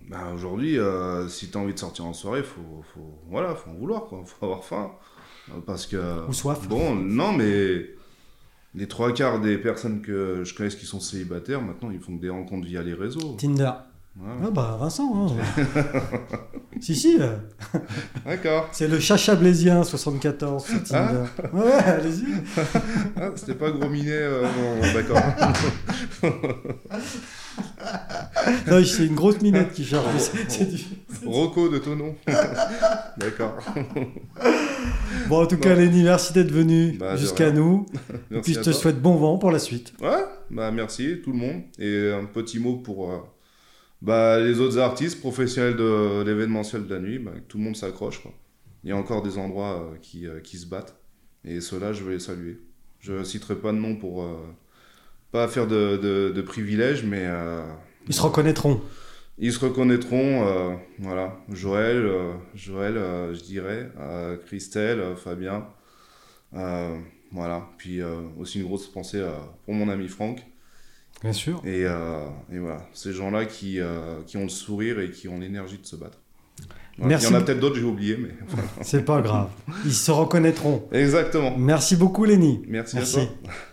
B: bah, aujourd'hui, euh, si t'as envie de sortir en soirée, faut, faut voilà, faut en vouloir quoi, faut avoir faim Euh, parce que
A: Ou soif.
B: Bon, non mais les trois quarts des personnes que je connaisse qui sont célibataires maintenant, ils font que des rencontres via les réseaux.
A: Tinder.
B: Voilà.
A: Ah bah Vincent. hein. si, si, euh,
B: D'accord.
A: c'est le Chacha Blaisien 74 sur Tinder. Ouais, allez-y.
B: Ah, c'était pas gros minet. euh, bon, d'accord.
A: Non, C'est une grosse minette qui
B: Ah,
A: charge. C'est- c'est du-
B: Rocco de Tonon. D'accord.
A: Bon, en tout cas,
B: Bon.
A: Lenny, merci d'être venu
B: Bah, de
A: jusqu'à
B: rien.
A: nous. Et
B: Merci
A: puis, je
B: à
A: te
B: toi.
A: souhaite bon vent pour la suite.
B: Ouais, bah merci tout le monde. Et un petit mot pour euh, bah, les autres artistes professionnels de l'événementiel de la nuit. bah, que tout le monde s'accroche. quoi. Il y a encore des endroits euh, qui, euh, qui se battent. Et ceux-là, je vais les saluer. Je citerai pas de nom pour euh, pas faire de, de- de privilèges, mais euh,
A: Ils se reconnaîtront.
B: ils se reconnaîtront. euh, voilà, Joël, euh, Joël, euh, je dirais, euh, Christelle, euh, Fabien. euh, voilà, puis euh, aussi une grosse pensée euh, pour mon ami Franck.
A: Bien sûr.
B: Et, euh, et voilà, ces gens-là qui, euh, qui ont le sourire et qui ont l'énergie de se battre. Voilà. Il y
A: Merci
B: en a
A: beaucoup.
B: peut-être d'autres, j'ai oublié, mais.
A: C'est pas grave. Ils se reconnaîtront.
B: Exactement.
A: Merci beaucoup, Lenny.
B: Merci,
A: Merci.
B: à toi.